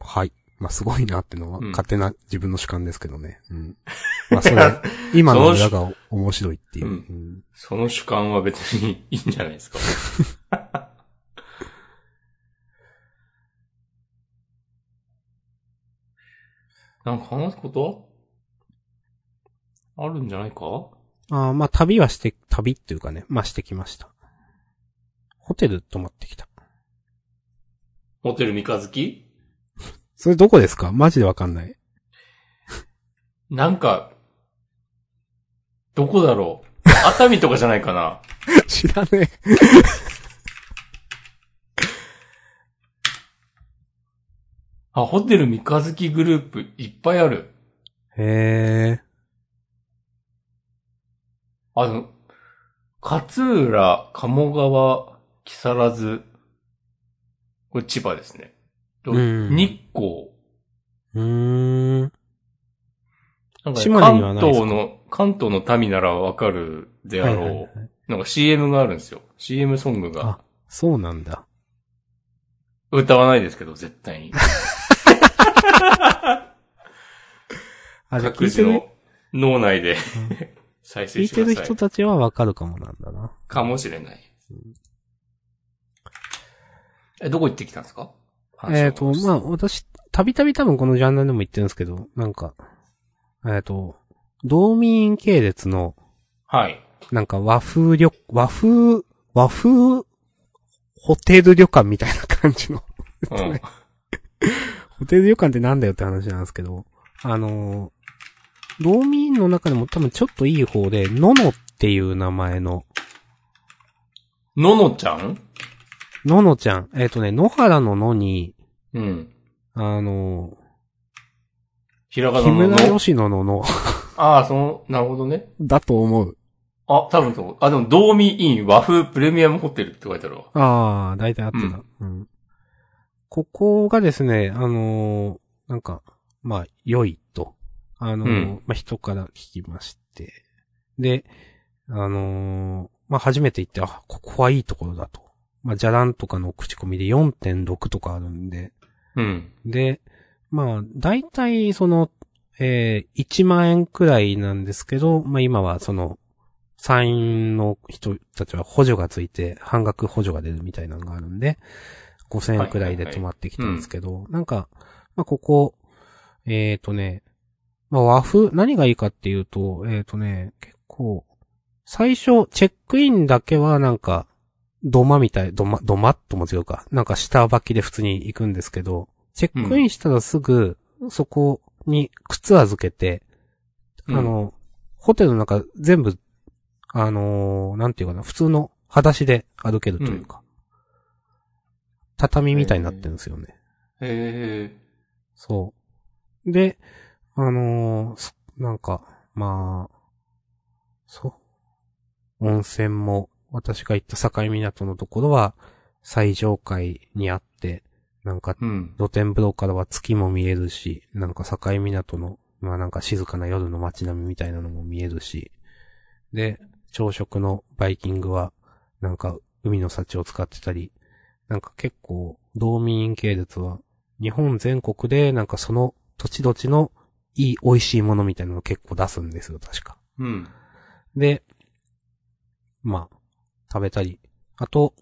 S2: はい。まあ、すごいなってのは、
S1: うん
S2: 勝手な自分の主観ですけどね。 うん。まあ、それ、今の裏が面白いっていう。
S1: う
S2: うんん
S1: その主観は別にいいんじゃないですか。 なんか話すことあるんじゃないか
S2: ああまあ、旅はして、旅っていうかね、まあ、してきました。ホテル泊まってきた。
S1: ホテル三日月
S2: それどこですかマジでわかんない。
S1: なんか、どこだろう 熱海とかじゃないかな
S2: 知らねえ。
S1: あ、ホテル三日月グループいっぱいある。
S2: へえ。
S1: あの、勝浦、鴨川、木更津、これ千葉ですね。と
S2: うん
S1: 日光。
S2: うーん。
S1: なんかね
S2: 島根には
S1: 関
S2: ないです
S1: 東
S2: か
S1: の、関東の民ならわかるであろう。
S2: はいはいはい
S1: なんか CM があるんですよ。CM ソングが
S2: あ。そうなんだ。
S1: 歌わないですけど、絶対に。
S2: あ、じゃ
S1: 各
S2: あ聞いて
S1: 自
S2: る、
S1: の脳内で 再
S2: 聞
S1: 生
S2: い
S1: して
S2: て
S1: く
S2: る
S1: ださ
S2: 人
S1: い。
S2: たちはわかるかもなんだな。
S1: かもしれない。え、どこ行ってきたんですか
S2: えっ、と、
S1: あ。
S2: まあ、私、たびたび多分このジャンルでも言ってるんですけど、なんか、えっ、と、道民系列の、
S1: はい。
S2: なんか和風旅、和風、和風、ホテル旅館みたいな感じの。
S1: うん。
S2: ホテル旅館ってなんだよって話なんですけど、あのー、道民の中でも多分ちょっといい方で、ののっていう名前の、
S1: ののちゃん
S2: ののちゃん、えっ、とね、野原ののに、
S1: うん。
S2: あの
S1: ひら
S2: ー、
S1: が
S2: 木
S1: なの
S2: 村
S1: の。
S2: 吉野のの、
S1: ああ、その、なるほどね。
S2: だと思う。
S1: あ、多分そう。あ、でも、道民イン和風プレミアムホテルって書いてあるわ。
S2: ああ、大体合ってた。うん。ここがですね、あのーなんか、まあ、良いあの、
S1: うん
S2: まあ、人から聞きまして。で、あのーまあ、初めて行って、あ、ここはいいところだと。まあ、じゃらんとかの口コミで4.6とかあるんで、
S1: うん。
S2: で、まあ、大体、その、えー1万円くらいなんですけど、まあ今はその、会員の人たちは補助がついて、半額補助が出るみたいなのがあるんで、5000円くらいで泊まってきたんですけど、なんか、まあここ、えっ、とね、まあ和風、何がいいかっていうと、えっ、とね、結構、最初、チェックインだけはなんか、土間みたい、土間、土間とも違うか。なんか下履きで普通に行くんですけど、チェックインしたらすぐ、そこに靴預けて、
S1: うん
S2: あの、ホテルの中全部、あのーなんていうかな、普通の裸足で歩けるというか、畳みたいになってるんですよね。
S1: へえ。
S2: そう。で、あのーすなんか、まあ、そう。温泉も、私が行った境港のところは、最上階にあって、なんか、
S1: うん。
S2: 露天風呂からは月も見えるし、なんか境港の、まあなんか静かな夜の街並みみたいなのも見えるし、で、朝食のバイキングは、なんか海の幸を使ってたり、なんか結構、道民系列は、日本全国でなんかその土地土地のいい美味しいものみたいなのを結構出すんですよ、確か。
S1: うん。
S2: で、まあ、食べたり。あと、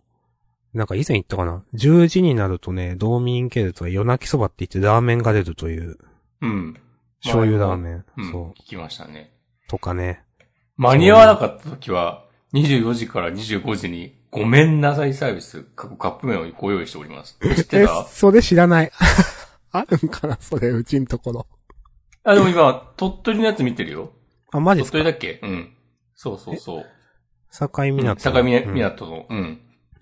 S2: なんか以前言ったかな。10時になるとね、道民系列は夜泣きそばって言ってラーメンが出るという、
S1: うん。
S2: 醤油ラーメン、
S1: うん。
S2: そ
S1: 聞きましたね。
S2: う、とかね。
S1: 間に合わなかった時は、24時から25時に、ごめんなさいサービス、過去カップ麺をご用意しております。知ってた
S2: それ知らない。 あるんかなそれ、うちんところ。
S1: あ、でも今、鳥取のやつ見てるよ。
S2: あ、マジで
S1: 鳥
S2: すか
S1: 取だっけうん。そうそうそう。
S2: 境港。
S1: 坂見
S2: うん
S1: 港の、うん。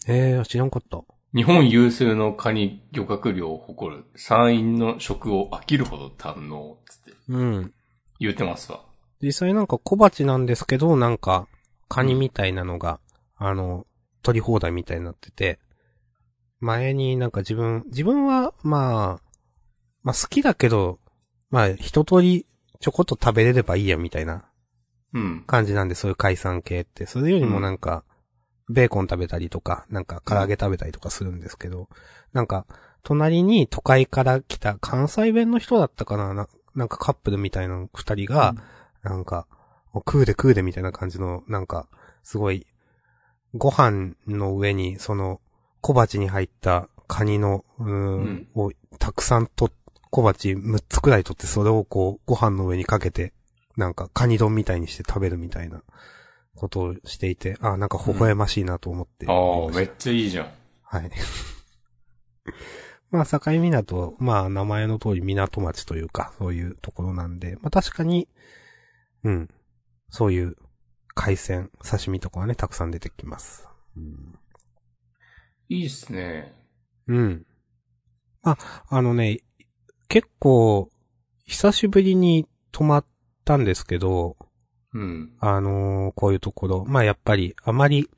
S2: えー、知らんかった。
S1: 日本有数のカニ漁獲量を誇る山陰の食を飽きるほど堪能つって
S2: うん。
S1: 言うてますわ。
S2: 実際なんか小鉢なんですけど、なんか、カニみたいなのが、あの、取り放題みたいになってて、前になんか自分、自分は、まあ、まあ好きだけど、まあ一通りちょこっと食べれればいいやみたいな
S1: うん。
S2: 感じなんで、そういう海産系って。それよりもなんか、ベーコン食べたりとか、なんか唐揚げ食べたりとかするんですけど、なんか、隣に都会から来た関西弁の人だったかなななんかカップルみたいな二人が、なんか、もう食うで食うでみたいな感じの、なんか、すごい、ご飯の上に、その、小鉢に入ったカニの、うーん、
S1: うん
S2: をたくさんと、小鉢6つくらい取って、それをこう、ご飯の上にかけて、なんか、カニ丼みたいにして食べるみたいな、ことをしていて、あなんか微笑ましいなと思って見
S1: ああ、
S2: ました
S1: めっちゃいいじゃん。
S2: はい。 まあ、境港、まあ、名前の通り港町というか、そういうところなんで、まあ確かに、うん、そういう海鮮、刺身とかはね、たくさん出てきます。うん。
S1: いいっすね。
S2: うん。まあ、あのね、結構、久しぶりに泊まったんですけど、
S1: うん。
S2: あのーこういうところ。まあやっぱり、あまり、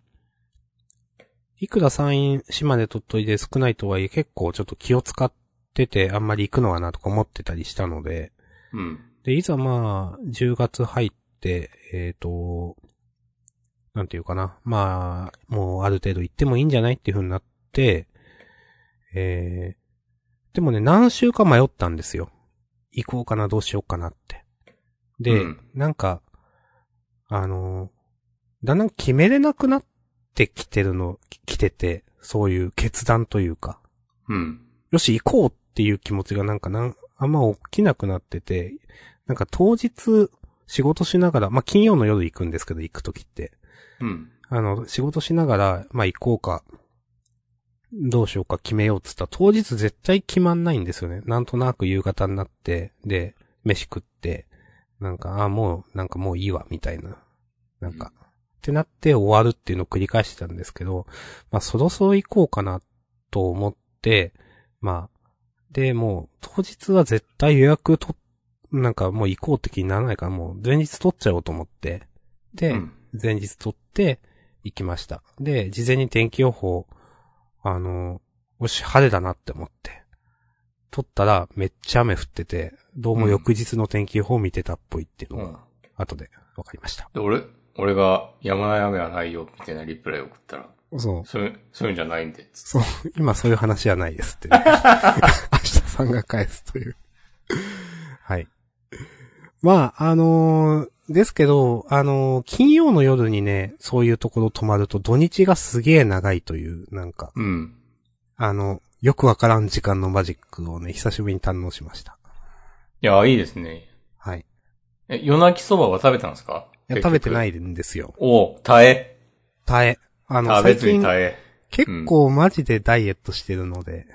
S2: いくら山陰、島根、鳥取で少ないとはいえ、結構ちょっと気を使ってて、あんまり行くのはなとか思ってたりしたので、
S1: うん。
S2: で、いざまあ、10月入って、えっ、と、なんていうかな。まあ、もうある程度行ってもいいんじゃないっていう風になって、えー、でもね、何週か迷ったんですよ。行こうかな、どうしようかなって。で、
S1: うん
S2: なんか、あのーだんだん決めれなくなってきてるの、き来てて、そういう決断というか。
S1: うん。
S2: よし、行こうっていう気持ちがなんかなん、あんま起きなくなってて、なんか当日、仕事しながら、まあ、金曜の夜行くんですけど、行くときって。
S1: うん。
S2: あの、仕事しながら、まあ、行こうか、どうしようか決めようっつったら、当日絶対決まんないんですよね。なんとなく夕方になって、で、飯食って、なんか、あ、もう、なんかもういいわ、みたいな。なんか、ってなって終わるっていうのを繰り返してたんですけど、まあ、そろそろ行こうかな、と思って、まあ、で、もう、当日は絶対予約と、なんかもう行こうって気にならないから、もう前日取っちゃおうと思って、で、
S1: うん
S2: 前日取って行きました。で、事前に天気予報、あの、よし、晴れだなって思って。撮ったらめっちゃ雨降ってて、どうも翌日の天気予報見てたっぽいっていう
S1: う
S2: の
S1: ん
S2: が、。後で分かりました。
S1: で、俺、俺が、やまない雨はないよ、みたいなリプライ送ったら、
S2: そう。
S1: そういう、そういうんじゃないんで、つっ
S2: そう、今そういう話はないです って、ね。明日さんが返すという。はい。まあ、あのーですけど、あのー金曜の夜にね、そういうところ泊まると土日がすげえ長いという、なんか、
S1: うん。
S2: あの、よくわからん時間のマジックをね、久しぶりに堪能しました。
S1: いや、いいですね。
S2: はい。い
S1: え、夜泣きそばは食べたんですか。
S2: や食べてないいんですよ。
S1: おう、耐え。
S2: 耐え。あの、
S1: 食
S2: 最
S1: べずに
S2: 近、
S1: 耐え。
S2: 結構マジでダイエットしてるので、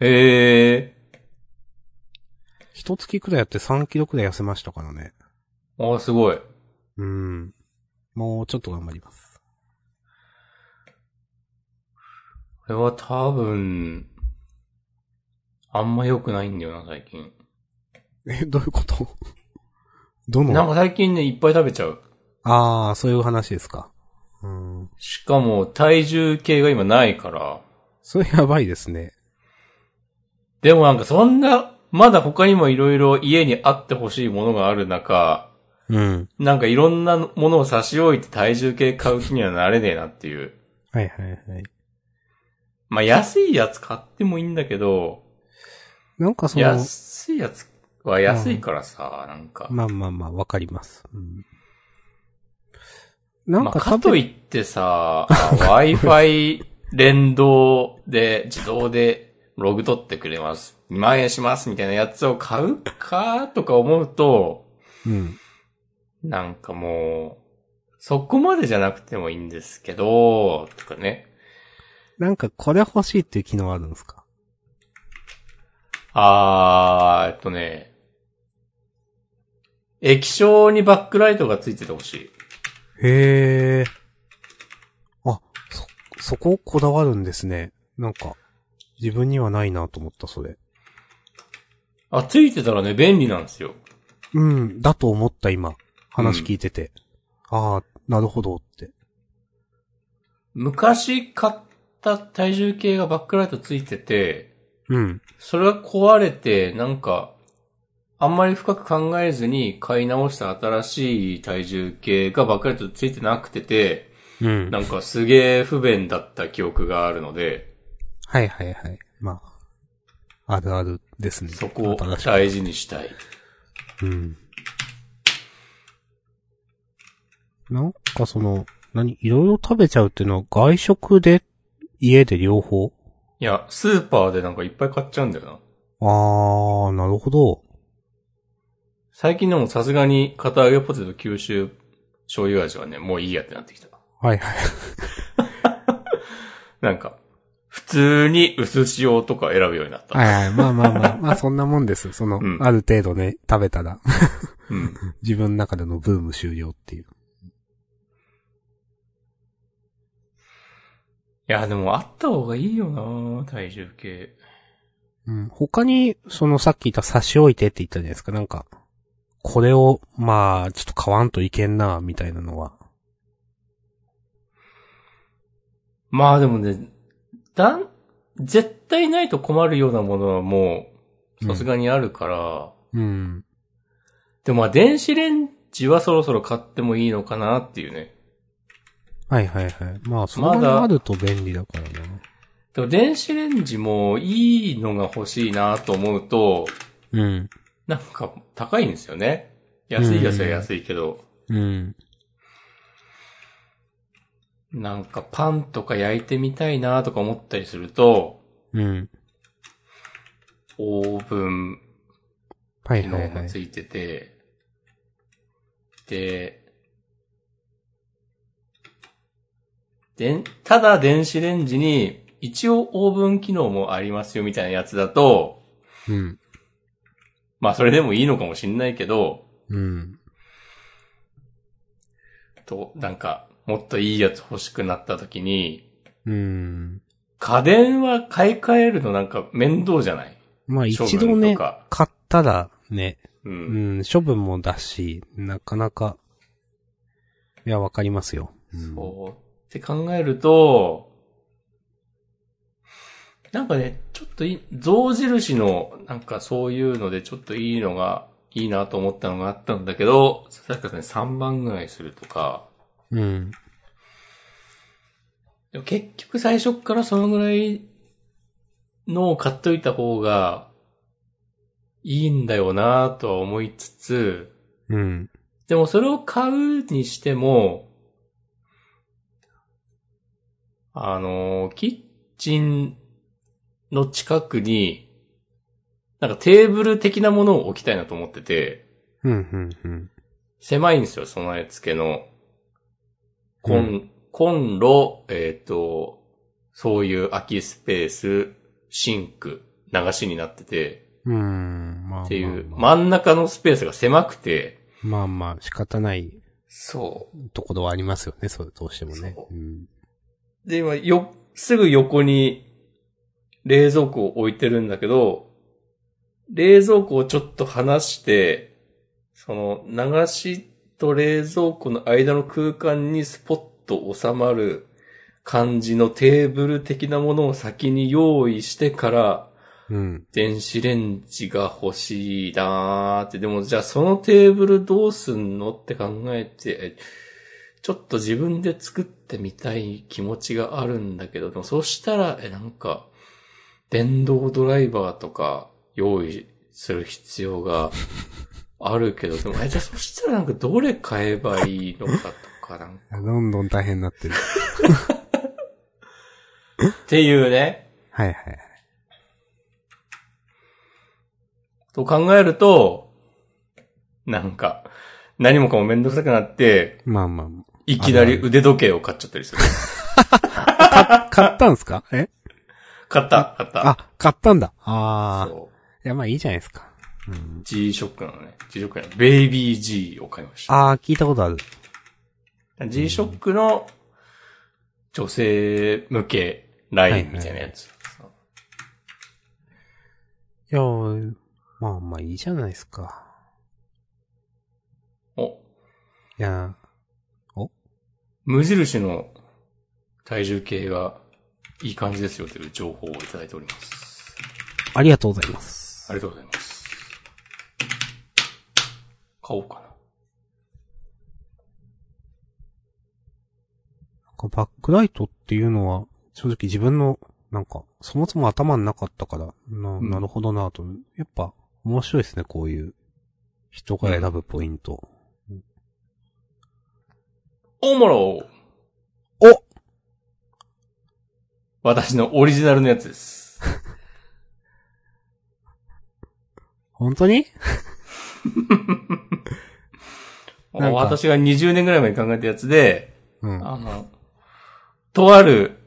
S1: へえ。
S2: 一月くらいやって3キロくらい痩せましたからね。
S1: あ、すごい。
S2: うん。もうちょっと頑張ります。
S1: これは多分、あんま良くないんだよな、最近。
S2: え、どういうこと ど
S1: なん
S2: の
S1: か最近ね、いっぱい食べちゃう。
S2: ああ、そういう話ですか。うん。
S1: しかも、体重計が今ないから。
S2: それやばいですね。
S1: でもなんかそんな、まだ他にもいろいろ家にあってほしいものがある中、
S2: うん。
S1: なんかいろんなものを差し置いて体重計買う気にはなれねえなっていう。
S2: はいはいはい。
S1: まあ安いやつ買ってもいいんだけど、
S2: なんかその、
S1: 安いやつは安いからさ、なんか。
S2: まあまあまあ、わかります。うん。なん
S1: まあ
S2: か
S1: か
S2: 食
S1: と
S2: べ、
S1: いってさ、あ Wi-Fi 連動で自動でログ取ってくれます。2万円しますみたいなやつを買うかとか思うと、
S2: うん。
S1: なんかもう、そこまでじゃなくてもいいんですけど、とかね。
S2: なんかこれ欲しいっていう機能あるんですか
S1: あー、えっとね、液晶にバックライトがついててほしい。
S2: へえ。あ、そ、そここだわるんですね。なんか、自分にはないなと思った、それ。
S1: あ、ついてたらね、便利なんですよ。
S2: うん、だと思った今。話聞いてて。ああ、なるほどって。
S1: 昔買った体重計がバックライトついてて、
S2: うん。
S1: それが壊れて、なんか、あんまり深く考えずに買い直した新しい体重計がバックライトついてなくてて、
S2: うん。
S1: なんかすげえ不便だった記憶があるので、
S2: はいはいはい。まあ、あるあるですね。
S1: そこを
S2: 新しい
S1: 大事にしたい。
S2: うん。なんかその、何いろいろ食べちゃうっていうのは外食で、家で両方
S1: いや、スーパーでなんかいっぱい買っちゃうんだよな。
S2: あー、なるほど。
S1: 最近でもさすがに片揚げポテト九州醤油味はね、もういいやってなってきた。
S2: はいはい。
S1: なんか、普通に薄塩とか選ぶようになった。
S2: はいはい。まあまあまあ、まあそんなもんです。その、
S1: うん
S2: ある程度ね、食べたら、
S1: うん。
S2: 自分の中でのブーム終了っていう。
S1: いや、でもあった方がいいよな体重計。
S2: うん。他に、そのさっき言った差し置いてって言ったじゃないですか。なんか、これを、まあ、ちょっと買わんといけんな、みたいなのは。
S1: まあでもね、だん、絶対ないと困るようなものはもう、さすがにあるから、
S2: うん。
S1: でもまあ電子レンジはそろそろ買ってもいいのかなっていうね。
S2: はいはいはい。まあ、そんな
S1: ま
S2: に
S1: だ
S2: あると便利だからな。
S1: でも電子レンジもいいのが欲しいなと思うと、
S2: うん。
S1: なんか高いんですよね。安いやつは安いけど、
S2: うん。
S1: なんかパンとか焼いてみたいなとか思ったりすると、
S2: うん。
S1: オーブン
S2: はい
S1: 機
S2: は
S1: 能
S2: いは
S1: が
S2: い
S1: つ。いてて、で、でん、ただ電子レンジに一応オーブン機能もありますよみたいなやつだと、
S2: うん。
S1: まあそれでもいいのかもしんないけど、
S2: うん。
S1: と、なんか、もっといいやつ欲しくなった時に、
S2: うん。
S1: 家電は買い替えるのなんか面倒じゃない
S2: まあ、
S1: 処
S2: 一度
S1: 分と
S2: ね、
S1: か。
S2: 買ったらね、
S1: う。
S2: うんん、処分もだし、なかなか、いや、わかりますよ。うん
S1: そう。って考えると、なんかね、ちょっといい、象印の、なんかそういうので、ちょっといいのが、いいなと思ったのがあったんだけど、確かですね、3万ぐらいするとか、
S2: うん。
S1: でも結局最初っからそのぐらいのを買っといた方が、いいんだよなぁとは思いつつ、
S2: うん。
S1: でもそれを買うにしても、あの、キッチンの近くに、なんかテーブル的なものを置きたいなと思ってて、
S2: うん、うん、うん。
S1: 狭いんですよ、備え付けの。コン、コンロ、えっ、と、そういう空きスペース、シンク、流しになってて、
S2: うん、まあ。
S1: っていう、
S2: まあ、
S1: 真ん中のスペースが狭くて、
S2: まあまあ、仕方ない
S1: そう。
S2: ところはありますよね、そう、どうしてもね
S1: そ。
S2: うん。
S1: で、今、よ、すぐ横に冷蔵庫を置いてるんだけど、冷蔵庫をちょっと離して、その、流しと冷蔵庫の間の空間にスポッと収まる感じのテーブル的なものを先に用意してから、
S2: うん。
S1: 電子レンジが欲しいなーって、でもじゃあそのテーブルどうすんのって考えて、ちょっと自分で作ってみたい気持ちがあるんだけど、でもそしたら、え、なんか、電動ドライバーとか用意する必要があるけど、でも、え、じゃあそしたらなんかどれ買えばいいのかとか、なんか、
S2: どんどん大変になってる。
S1: っていうね。
S2: はいはいはい。
S1: と考えると、なんか、何もかもめんどくさくなって、
S2: まあまあま
S1: いきなり腕時計を買っちゃった りする。
S2: あ。買ったんすかえ
S1: 買った、買った。
S2: あ、買ったんだ。ああ。
S1: そう
S2: いや、まあいいじゃないですか。うん。
S1: G-SHOCK なのね。G-SHOCK のベイビー G を買いました。
S2: ああ、聞いたことある。
S1: G-SHOCK の女性向けラインみたいなやつ。
S2: いやー、まあまあいいじゃないですか。
S1: お、
S2: いや
S1: 無印の体重計がいい感じですよという情報をいただいております。
S2: ー、ありがとうございます。
S1: ありがとうございます。買おうかな。
S2: なんかバックライトっていうのは、正直自分の、なんか、そもそも頭になかったから、な、
S1: ん
S2: なるほどなと。やっぱ、面白いですね、こういう。人が選ぶポイント。
S1: おもろ
S2: お
S1: 私のオリジナルのやつです。
S2: 本当になんか
S1: 私が20年ぐらい前に考えたやつで、
S2: うん。
S1: あの、とある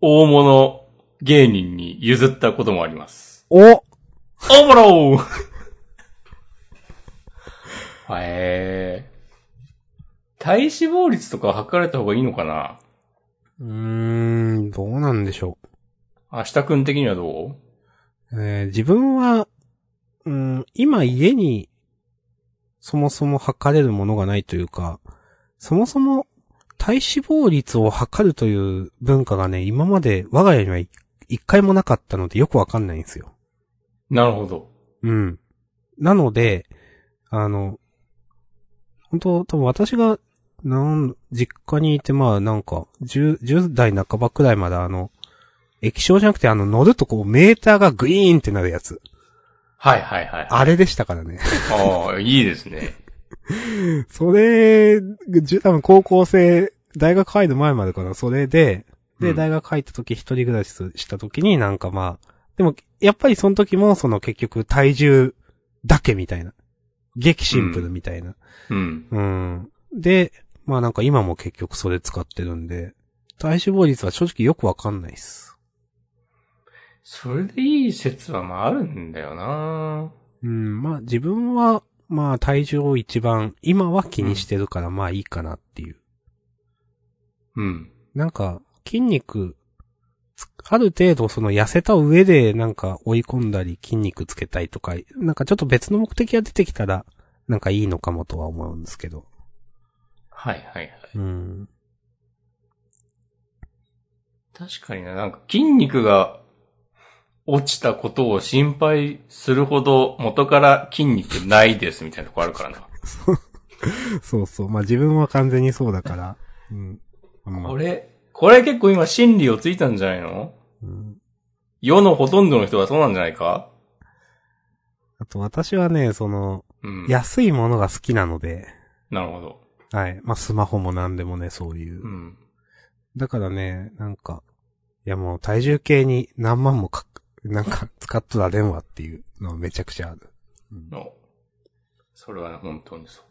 S1: 大物芸人に譲ったこともあります。
S2: お
S1: おもろーへー。体脂肪率とか測られた方がいいのかな
S2: うーん、どうなんでしょ
S1: 明日くん的にはど
S2: う。えー自分は、うん、今家に、そもそも測れるものがないというか、そもそも体脂肪率を測るという文化がね、今まで我が家には一一回もなかったのでよくわかんないんですよ。
S1: うなるほど。
S2: うん。なので、あの、本当多分私が、なん、実家にいて、まあなんか、10、10代半ばくらいまであの、液晶じゃなくてあの乗るとこうメーターがグイーンってなるやつ。
S1: はいはいはい。
S2: あれでしたからね。
S1: ああ、いいですね。
S2: それ、じゅ多分高校生、大学入る前までかな、それで、で、
S1: うん
S2: 大学入った時、一人暮らしした時になんかまあ、でも、やっぱりその時も、その結局体重だけみたいな。激シンプルみたいな。
S1: うん。
S2: うん。で、まあなんか今も結局それ使ってるんで、体脂肪率は正直よくわかんないっす。
S1: それでいい説はまああるんだよな
S2: うん、まあ自分は、まあ体重を一番、今は気にしてるからまあいいかなっていう。
S1: うん。
S2: なんか、筋肉、つある程度その痩せた上でなんか追い込んだり筋肉つけたいとか、なんかちょっと別の目的が出てきたら、なんかいいのかもとは思うんですけど。
S1: はいはいはい。
S2: うん。
S1: 確かにな、なんか筋肉が落ちたことを心配するほど元から筋肉ないですみたいなとこあるからな。
S2: そうそう。まあ自分は完全にそうだから。うん。まあ
S1: これ、これ結構今真理をついたんじゃないの
S2: うん
S1: 世のほとんどの人はそうなんじゃないか
S2: あと私はね、その、
S1: うん。。
S2: 安いものが好きなので、
S1: なるほど。
S2: はい。まあスマホも何でもね、そういう
S1: う。ん。
S2: だからね、なんか、いやもう体重計に何万もかく、なんか使っとられんわっていうのはめちゃくちゃある。うん
S1: の。それはね、本当にそう。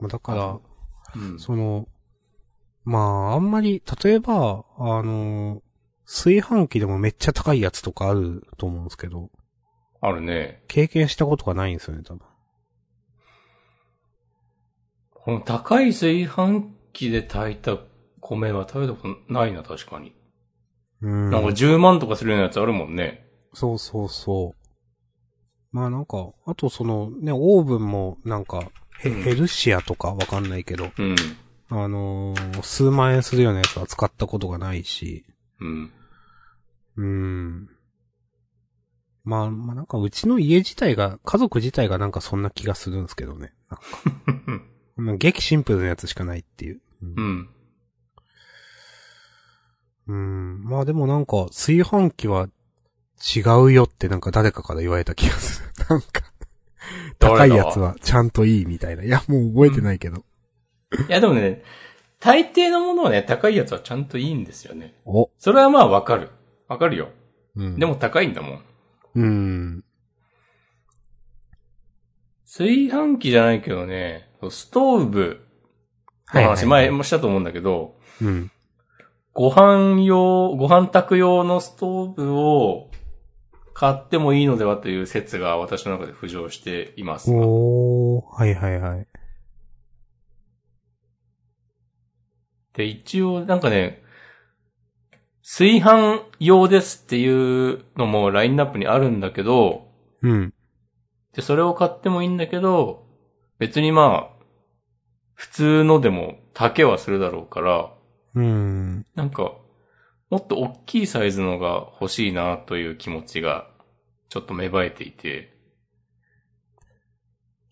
S2: まあだから、
S1: うん。
S2: その、まああんまり、例えば、あの、炊飯器でもめっちゃ高いやつとかあると思うんですけど、
S1: あるね。
S2: 経験したことがないんですよね、多分。
S1: この高い炊飯器で炊いた米は食べたことないな、確かに。
S2: うん。
S1: なんか10万とかするようなやつあるもんね。
S2: そうそうそう。まあなんか、あとそのね、オーブンもなんか、ヘ
S1: うん
S2: ヘルシアとかわかんないけど、
S1: うん。
S2: あのー数万円するようなやつは使ったことがないし、
S1: うん。
S2: うーん。まあ、まあなんかうちの家自体が、家族自体がなんかそんな気がするんですけどね。なんかまあ激シンプルなやつしかないっていう。
S1: う。
S2: うんーん。まあでもなんか、炊飯器は違うよってなんか誰かから言われた気がする。 なんか、高いやつはちゃんといいみたいな。いや、もう覚えてないけど。
S1: いやでもね、大抵のものはね、高いやつはちゃんといいんですよね。
S2: お。
S1: それはまあわかる。わかるよ。
S2: うん。
S1: でも高いんだもん。
S2: うん。
S1: 炊飯器じゃないけどね、ストーブの話前もしたと思うんだけど、
S2: うん。
S1: ご飯用、ご飯炊く用のストーブを買ってもいいのではという説が私の中で浮上しています。
S2: おー。はいはいはい。
S1: で、一応なんかね、炊飯用ですっていうのもラインナップにあるんだけど、
S2: うん。
S1: で、それを買ってもいいんだけど、別にまあ、普通のでも丈はするだろうから、
S2: うん。
S1: なんか、もっと大きいサイズのが欲しいなという気持ちが、ちょっと芽生えていて、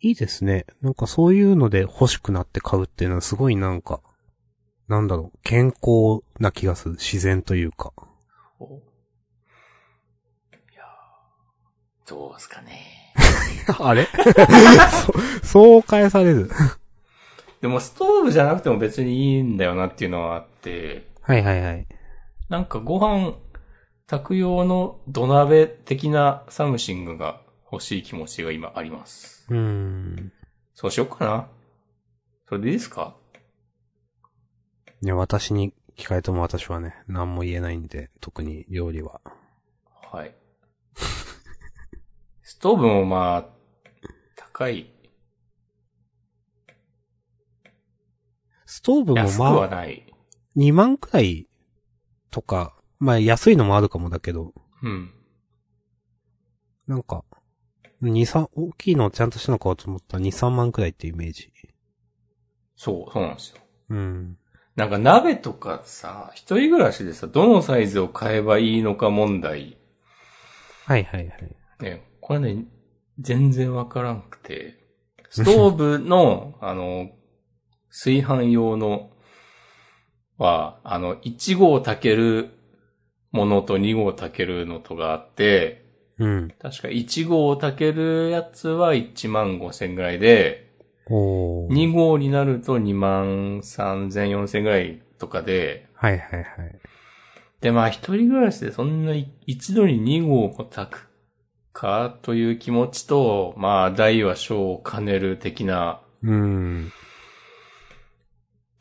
S2: いいですね。なんかそういうので欲しくなって買うっていうのはすごいなんか、なんだろう、健康な気がする。自然というか。
S1: いやーどうですかね。
S2: あれそそう返される。
S1: でもストーブじゃなくても別にいいんだよなっていうのはあって、
S2: はいはいはい。
S1: なんかご飯炊く用の土鍋的なサムシングが欲しい気持ちが今あります。
S2: うーん。
S1: そうしよっかな。それでいいですか
S2: ね、私に聞かれても私はね、何も言えないんで、特に料理は。
S1: はい。 ストーブもまあ、高い。
S2: ストーブも
S1: 安く
S2: ま
S1: は
S2: あ、
S1: ない。
S2: 2万くらいとか、まあ安いのもあるかもだけど、
S1: うん。
S2: なんか、2、3、大きいのをちゃんとしたの買おうと思ったら2、3万くらいっていうイメージ。
S1: そう、そうなんですよ。
S2: うん。
S1: なんか鍋とかさ、一人暮らしでさ、どのサイズを買えばいいのか問題。
S2: はいはいはい。
S1: ね、これね、全然わからんくて。ストーブの、あの、炊飯用のは、あの、1号炊けるものと2号炊けるのとがあって、
S2: うん。
S1: 確か1号を炊けるやつは1万5千ぐらいで、
S2: おー。
S1: 2号になると2万3千4千ぐらいとかで、
S2: はいはいはい。
S1: でまあ一人暮らしでそんな一度に2号を炊くかという気持ちと、まあ大は小を兼ねる的な
S2: うん。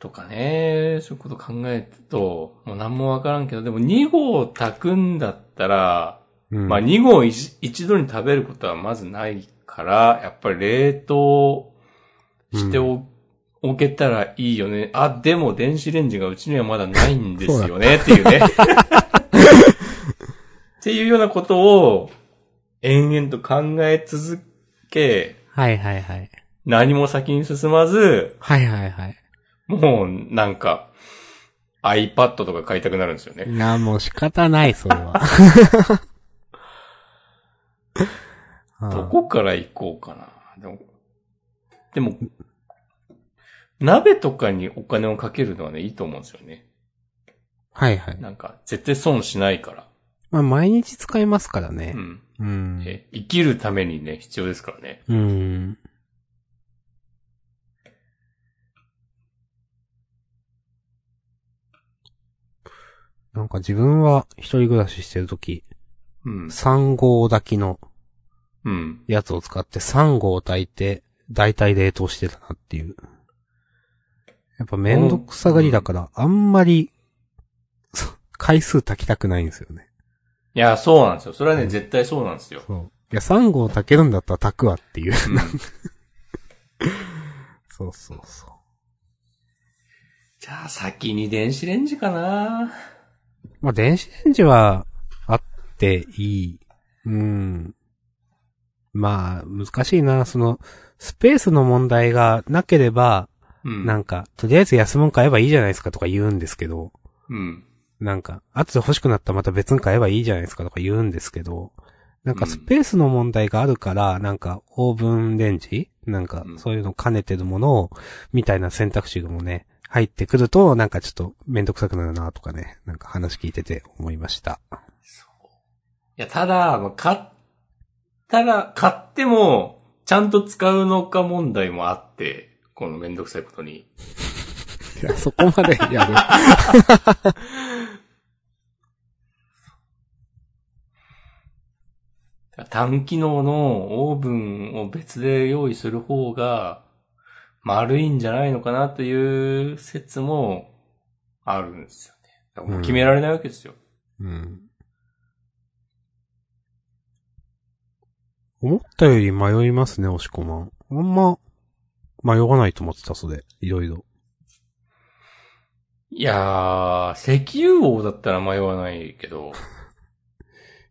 S1: とかね、そういうこと考えると、もう何もわからんけど、でも2号を炊くんだったら、
S2: うん。
S1: まあ、2合一一度に食べることはまずないから、やっぱり冷凍してお,、けたらいいよね。あ、でも電子レンジがうちにはまだないんですよね、っていうね。っていうようなことを延々と考え続け、
S2: はいはいはい。
S1: 何も先に進まず、
S2: はいはいはい。
S1: もうなんか、 iPad とか買いたくなるんですよね。
S2: いや、もう仕方ない、それは。 うん
S1: どこから行こうかな。でも、でも、鍋とかにお金をかけるのはね、いいと思うんですよね。
S2: はいはい。
S1: なんか、絶対損しないから。
S2: まあ、毎日使いますからね
S1: う。ん。
S2: うん。
S1: え生きるためにね、必要ですからね。
S2: うん。なんか自分は一人暮らししてるとき、
S1: うん。
S2: 3号炊きの
S1: うん。
S2: やつを使って3号炊いて、大体冷凍してたなっていう。やっぱめんどくさがりだから、あんまり、そ回数炊きたくないんですよね。
S1: いや、そうなんですよ。それはね、
S2: うん
S1: 絶対そうなんですよ。
S2: そう。いや、3号炊けるんだったら炊くわっていう。
S1: うん
S2: そうそうそう。
S1: じゃあ、先に電子レンジかな
S2: まあ、電子レンジはあっていい。うん。まあ、難しいな。その、スペースの問題がなければ、
S1: うん。
S2: なんか、とりあえず安物買えばいいじゃないですかとか言うんですけど、
S1: うん。
S2: なんか、後で欲しくなったらまた別に買えばいいじゃないですかとか言うんですけど、なんか
S1: うん
S2: スペースの問題があるから、なんか、オーブンレンジなんか
S1: う、ん
S2: そういうの兼ねてるものを、みたいな選択肢もね、入ってくると、なんかちょっとめんどくさくなるなとかね、なんか話聞いてて思いました。
S1: いや、ただ、まあ買ったら、買っても、ちゃんと使うのか問題もあって、このめんどくさいことに。
S2: いや、そこまでやる。
S1: 単機能のオーブンを別で用意する方が、丸いんじゃないのかなという説もあるんですよね。だからもう決められないわけですよ。
S2: うん。思ったより迷いますね、押し込まん。あんま、迷わないと思ってた、それ。いろいろ。
S1: いやー、石油王だったら迷わないけど、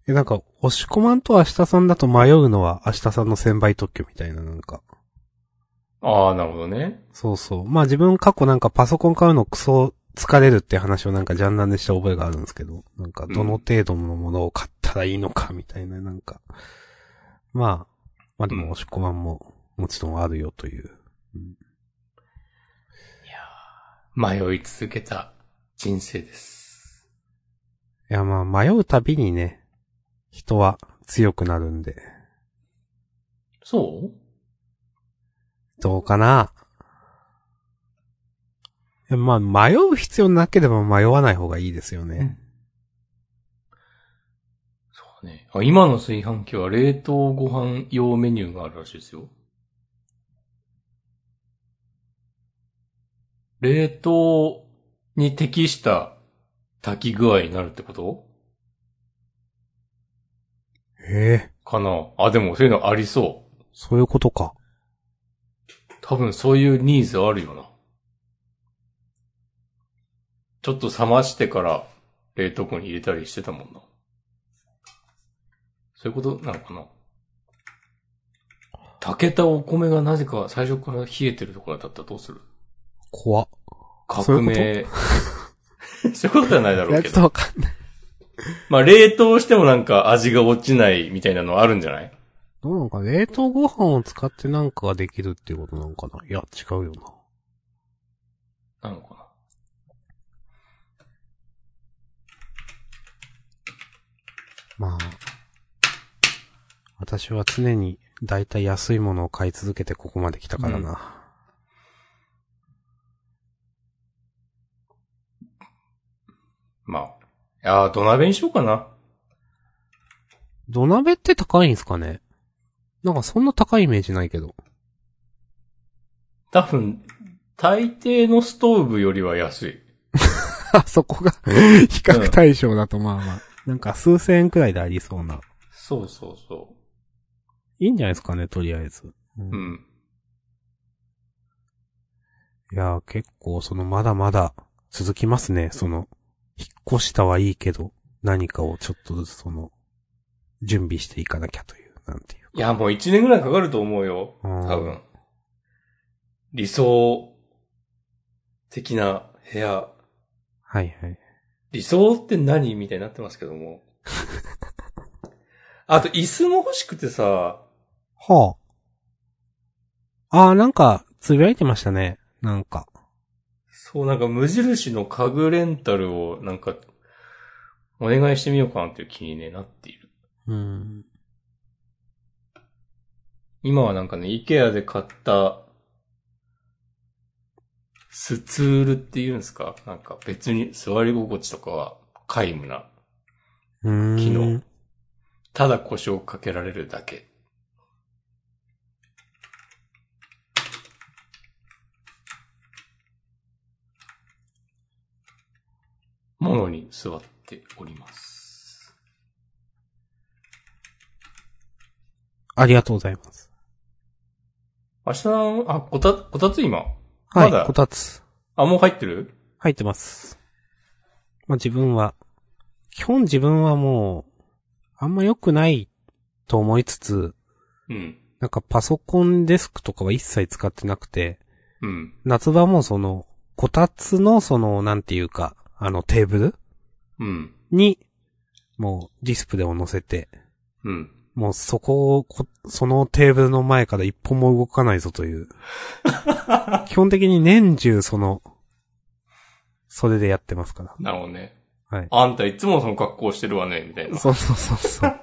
S2: え、なんか、押し込まんと明日さんだと迷うのは明日さんの先倍特許みたいな、なんか。
S1: あー、なるほどね。
S2: そうそう。まあ自分過去なんかパソコン買うのクソ疲れるって話をなんかジャンナンでした覚えがあるんですけど、なんかどの程度のものを買ったらいいのかみたいななんか。まあ、まあで
S1: うん
S2: も押し込まんももちろんあるよという。
S1: 迷い続けた人生です。
S2: いやまあ迷うたびにね、人は強くなるんで、
S1: そう
S2: どうかな。いやまあ迷う必要なければ迷わない方がいいですよね。
S1: そうね。あ今の炊飯器は冷凍ご飯用メニューがあるらしいですよ。冷凍に適した炊き具合になるってこと
S2: へえ、
S1: かなあ、でもそういうのありそ
S2: そういうことか。
S1: う。多分そういうニーズあるよな。ちょっと冷ましてから冷凍庫に入れたりしてたもんな。そういうことなのかな炊けたお米がなぜか最初から冷えてるところだったらどうする
S2: 怖っ。
S1: 革命。そういうことじゃないだ
S2: い
S1: ろう
S2: や、
S1: け
S2: ちょ
S1: ど。
S2: っとわかんない。
S1: まあ冷凍してもなんか味が落ちないみたいなのあるんじゃない
S2: どうなのか、冷凍ご飯を使ってなんかができるっていうことなのかないや、違うよな。
S1: なのか
S2: まあ、私は常にだいたい安いものを買い続けてここまで来たからな。
S1: なまあ。いやー土鍋にしようかな。
S2: 土鍋って高いんすかねなんかそんな高いイメージないけど。
S1: 多分、大抵のストーブよりは安い。
S2: あ、そこが、比較対象だとまあまあ。なんか数千円くらいでありそうな。
S1: そうそうそ
S2: いいんじゃないですかね、とりあえず。うん
S1: う。うん。
S2: いやー、結構そのまだまだ続きますね。その、引っ越したはいいけど、何かをちょっとずつその、準備していかなきゃという、なんていう。
S1: いや、もう一年ぐらいかかると思うよ。
S2: う
S1: 多
S2: ん
S1: 分。理想的な部屋
S2: はいはい。
S1: 理想って何みたいになってますけど も。あと、椅子も欲しくてさ、
S2: はあ。ああ、なんか、つぶやいてましたね。なんか。
S1: そう、なんか無印の家具レンタルを、なんか、お願いしてみようかなっていう気にね、なっている。
S2: うん。
S1: 今はなんかね、イケアで買った、スツールって言うんですかなんか別に座り心地とかは皆無な。
S2: うーん。
S1: 昨日。ただ故障かけられるだけ。ものに座っております。
S2: ありがとうございます。
S1: 明日の、あ、こた、こたつ今。
S2: は
S1: ま
S2: い、
S1: だ
S2: こたつ。
S1: あ、もう入ってる
S2: 入ってます。まあ自分は、基本自分はもう、あんま良くないと思いつつ、
S1: うん。
S2: なんかパソコンデスクとかは一切使ってなくて、
S1: うん。
S2: 夏場もその、こたつのその、なんていうか、あのテーブル
S1: うん。
S2: に、もうディスプレイを乗せて、
S1: うん。
S2: もうそこをこ、そのテーブルの前から一歩も動かないぞという。基本的に年中その、それでやってますから。
S1: なるほどね。
S2: はい
S1: あんたいつもその格好してるわね、みたいな。
S2: そうそうそうそう。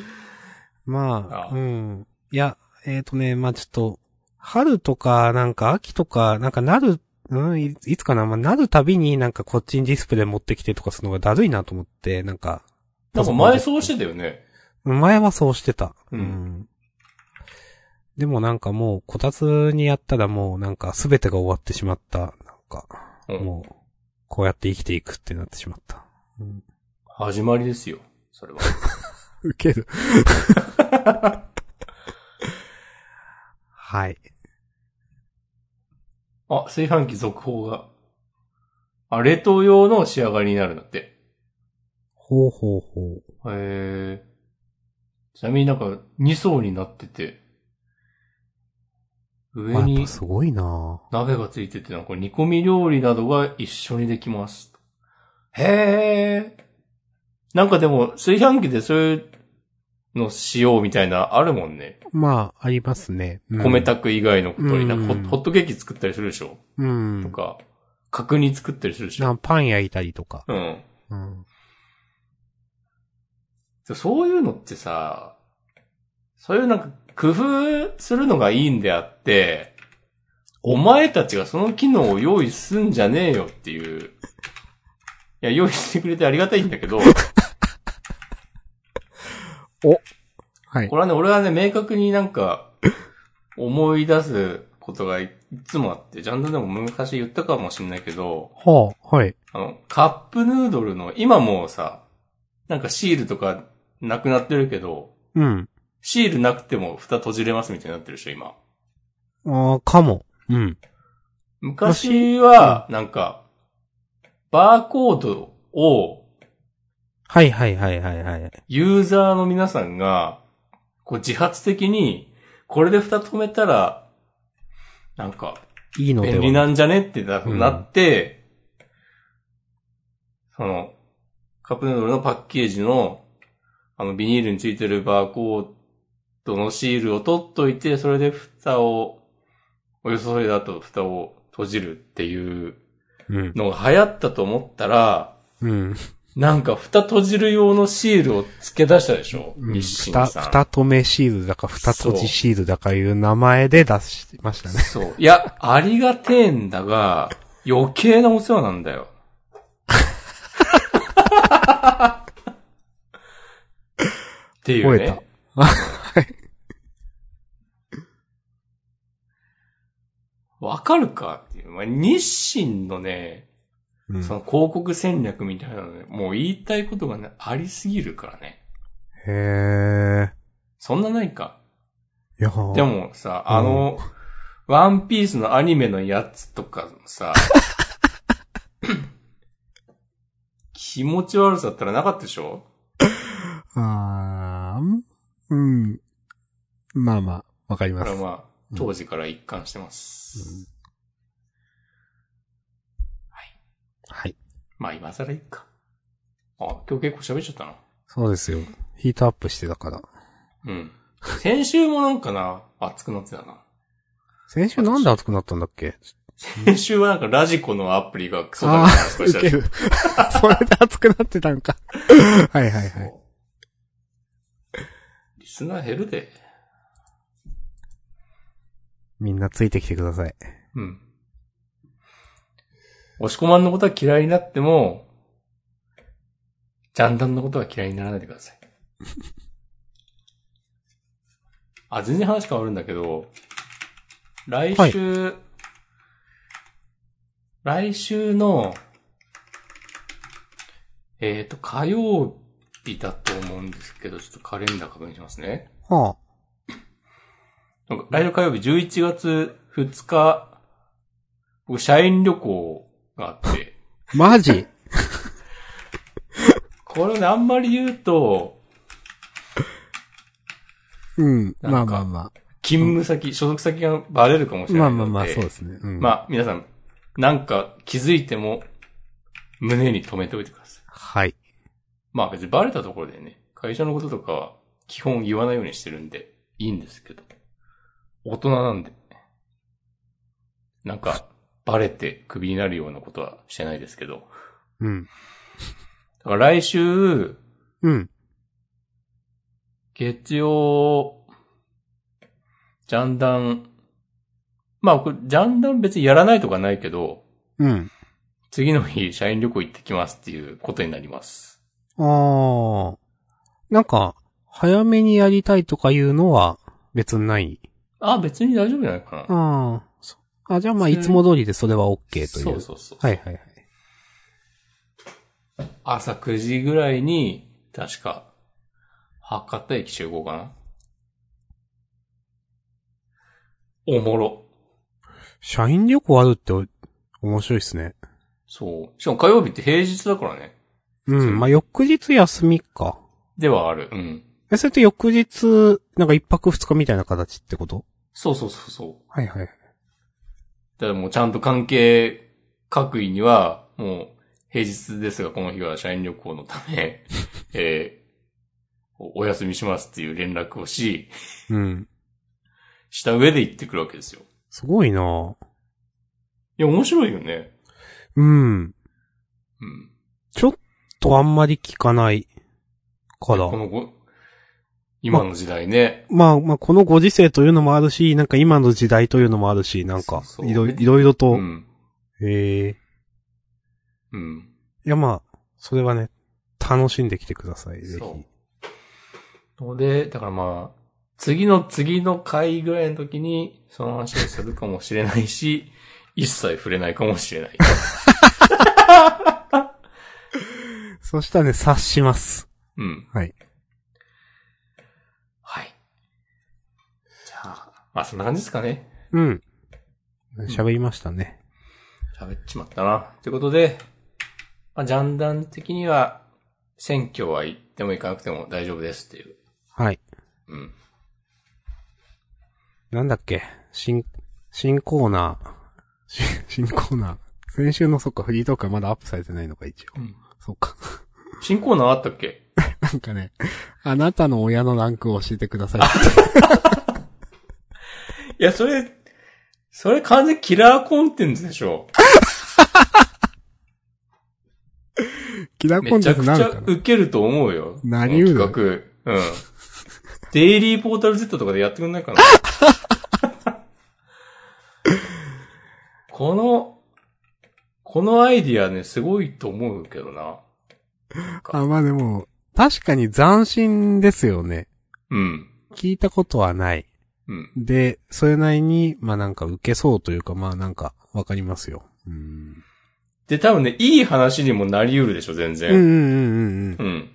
S2: まあ
S1: ああ
S2: うん。いや、えっ、とね、まあちょっと、春とか、なんか秋とか、なんかなる、うん、いいつかな、まあなるたびになんかこっちにディスプレイ持ってきてとかするのがだるいなと思って、なんか。
S1: なんか前そうしてたよね。
S2: 前はそうしてた。
S1: うん
S2: でもなんかもう、こたつにやったらもうなんか全てが終わってしまった。なんか、
S1: うん。
S2: もう、こうやって生きていくってなってしまった。うん。
S1: 始まりですよ。それは。
S2: ウケる。はい。
S1: あ、炊飯器続報が。あ、冷凍用の仕上がりになるんだって。
S2: ほうほうほう。
S1: へえ。ちなみになんか2層になってて、上
S2: まあ、やっ
S1: に
S2: ぱすごいな
S1: 鍋がついてて、なんか煮込み料理などが一緒にできます。へえ。なんかでも炊飯器でそういうのしようみたいなあるもんね。
S2: まあ、ありますね。うん
S1: 米。炊く以外のことに、なんか
S2: うん
S1: ホホットケーキ作ったりするでしょ
S2: う
S1: と
S2: ん。
S1: か、角煮作ったりするでし
S2: な
S1: ょ
S2: んかパン焼いたりとか。
S1: うん。
S2: うん。
S1: そういうのってさ、そういうなんか工夫するのがいいんであって、お前たちがその機能を用意すんじゃねえよっていう。いや、用意してくれてありがたいんだ けど、
S2: はい
S1: こ。れはね、俺はね、明確になんか、思い出すことがいつもあって、ジャンダンでも昔言ったかもしれないけど、
S2: はあ、はい。
S1: あの、カップヌードルの、今もうさ、なんかシールとかなくなってるけど、
S2: うん。
S1: シールなくても蓋閉じれますみたいになってるでしょ、今。
S2: ああ、かも。うん。
S1: 昔は、なんか、バーコードを
S2: はいはいはいはいはい。
S1: ユーザーの皆さんが、こう自発的に、これで蓋止めたら、なんか、
S2: いいのでは
S1: 便利なんじゃねってな
S2: うん
S1: なって、その、カップヌードルのパッケージの、あの、ビニールについてるバーコードのシールを取っといて、それで蓋を、およそそれだと蓋を閉じるっていう
S2: うん。
S1: のが流行ったと思ったら、
S2: うん。
S1: なんか蓋閉じる用のシールを付け出したでしょ、
S2: うん
S1: 日清
S2: 蓋、
S1: さん。
S2: 蓋止めシールだか、蓋閉じシールだかいう名前で出してましたね。
S1: そう。いや、ありがてえんだが、余計なお世話なんだよ。っていう
S2: 吠えた
S1: ね。 わかるかっていう。まあ、日清のね、
S2: うん
S1: その広告戦略みたいなのね、もう言いたいことがね、ありすぎるからね。
S2: へえ。
S1: そんなないか。
S2: いやー
S1: でもさ、あの、ワンピースのアニメのやつとか さ、気持ち悪さったらなかったでしょ
S2: あーうん。まあまあ、わかり
S1: こ
S2: ま
S1: れ
S2: す
S1: は。まあ、当時から一貫してま
S2: うん
S1: す。
S2: はい。
S1: まあ今更いいか。あ、今日結構喋っちゃったな。
S2: そうですよ。ヒートアップしてたから。
S1: うん。先週もなんかな、熱くなってたな。
S2: 先週なんで暑くなったんだっけ
S1: 先週はなんかラジコのアプリがクソだみたいな話を
S2: ウ
S1: したで
S2: ケ
S1: しょ
S2: る。それで暑くなってたんか。はいはいはい。
S1: そうリスナー減るで。
S2: みんなついてきてください。
S1: うん。押し込まんのことは嫌いになっても、ジャンダンのことは嫌いにならないでください。 あ、全然話変わるんだけど、来週、来週の、えっ、と、火曜日だと思うんですけど、ちょっとカレンダー確認しますね。
S2: は
S1: なんか来週火曜日11月2日、僕社員旅行があって、
S2: あ。マジ
S1: これね、あんまり言うと、
S2: うん。
S1: なんか
S2: まあまあま
S1: 勤務先、所属先がバレるかも
S2: あ。
S1: しれ
S2: ま
S1: な
S2: あ
S1: い
S2: ま
S1: ので。
S2: あまあ、そうですね。うん。
S1: まあ、皆さん、なんか気づいても、胸に留めておいてください。
S2: はい。
S1: まあ別にバレたところでね、会社のこととかは基本言わないようにしてるんで、いいんですけど。大人なんで。なんか、バレてクビになるようなことはしてないですけど。
S2: うん。
S1: だから来週、
S2: うん。
S1: 月曜、ジャンダン、まあ、これジャンダン別にやらないとかないけど、
S2: うん。
S1: 次の日、社員旅行行ってきますっていうことになります。
S2: ああ。なんか、早めにやりたいとかいうのは別にない。
S1: あ、別に大丈夫じゃないかな。
S2: ああ。そあ、じゃあまあ、
S1: それ
S2: いつも通りでそれは OK という。
S1: そうそうそう。
S2: はいはいはい。
S1: 朝9時ぐらいに、確か、博多駅集合かな。おもろ。
S2: 社員旅行あるってお面白いですね。
S1: そう。しかも火曜日って平日だからね。
S2: う。
S1: そうん
S2: まあ、翌日休みか。
S1: ではある。うん。
S2: え、それって翌日、なんか一泊二日みたいな形ってこと
S1: そうそうそうそう。
S2: はいはい。
S1: ただもうちゃんと関係各位には、もう平日ですがこの日は社員旅行のため、 えーおお休みしますっていう連絡をし、
S2: うん。
S1: した上で行ってくるわけですよ。
S2: すごいなぁ
S1: いや、面白いよね。
S2: うん。
S1: うん。
S2: ちょっとあんまり聞かないから
S1: こ。のご、今の時代ね。
S2: まあまあ、このご時世というのもあるし、なんか今の時代というのもあるし、なんか
S1: そ、う
S2: いろいろいろと、
S1: うん。
S2: へえ。い
S1: うん。
S2: やまあ、それはね、楽しんできてください、ぜ
S1: そ
S2: ひ。
S1: う。ので、だからまあ、次の次の回ぐらいの時に、その話をするかもしれないし、一切触れないかもしれない。
S2: そしたらね、察します。
S1: うん。
S2: はい。
S1: はい。じゃあ、まあそんな感じですかね。
S2: うん。喋りましたね。
S1: 喋っちまったな。ということで、まあ、ジャンダン的には、選挙は行っても行かなくても大丈夫ですっていう。
S2: はい。
S1: うん。
S2: なんだっけ新、新コーナー。新 新コーナー。先週のそっか、フリートークはまだアップされてないのか、一応。
S1: うん
S2: そっか。
S1: 新コーナーあったっけ
S2: なんかね、あなたの親のランクを教えてく ださい。
S1: いや、それ、それ完全にキラーコンテンツでしょ。
S2: キラーコ
S1: め
S2: ン
S1: ち
S2: テン
S1: ゃ
S2: ツ
S1: くち
S2: なる
S1: ゃ
S2: かな
S1: ウケると思うよ。
S2: なり
S1: うる
S2: うる
S1: 企画。うん。デイリーポータル Z とかでやってくんないかなこの、このアイディアね、すごいと思うけどな。
S2: あ、まあでも、確かに斬新ですよね。
S1: うん。
S2: 聞いたことはない。
S1: うん。
S2: で、それなりに、まあなんか受けそうというか、まあなんか、わかりますよ。うん。
S1: で、多分ね、いい話にもなりうるでしょ、全
S2: うんうん
S1: 然。
S2: うんうん
S1: うん。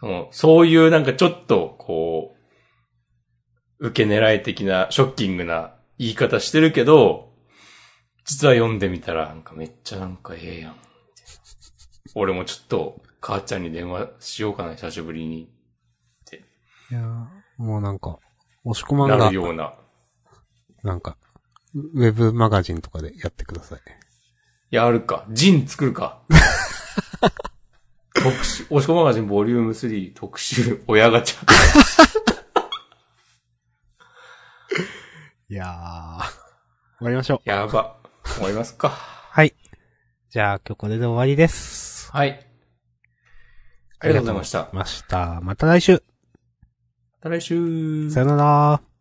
S1: その、そういうなんかちょっと、こう、受け狙い的な、ショッキングな言い方してるけど、実は読んでみたら、なんかめっちゃなんかええやん。俺もちょっと、母ちゃんに電話しようかな、久しぶりに。
S2: いやーもうなんか、押し込まん
S1: な
S2: が
S1: る、ような。
S2: なんか、ウウェブマガジンとかでやってください。
S1: やるか。ジン作るか。 特集、押し込マガジンボリューム3特集、親ガチャ。
S2: いやー。終わりましょう。
S1: やば。終わりますか。
S2: はい。じゃあ今日これで終わりです。
S1: はい。ありがとうございました。
S2: ました。また来週。
S1: また来週。
S2: さよなら。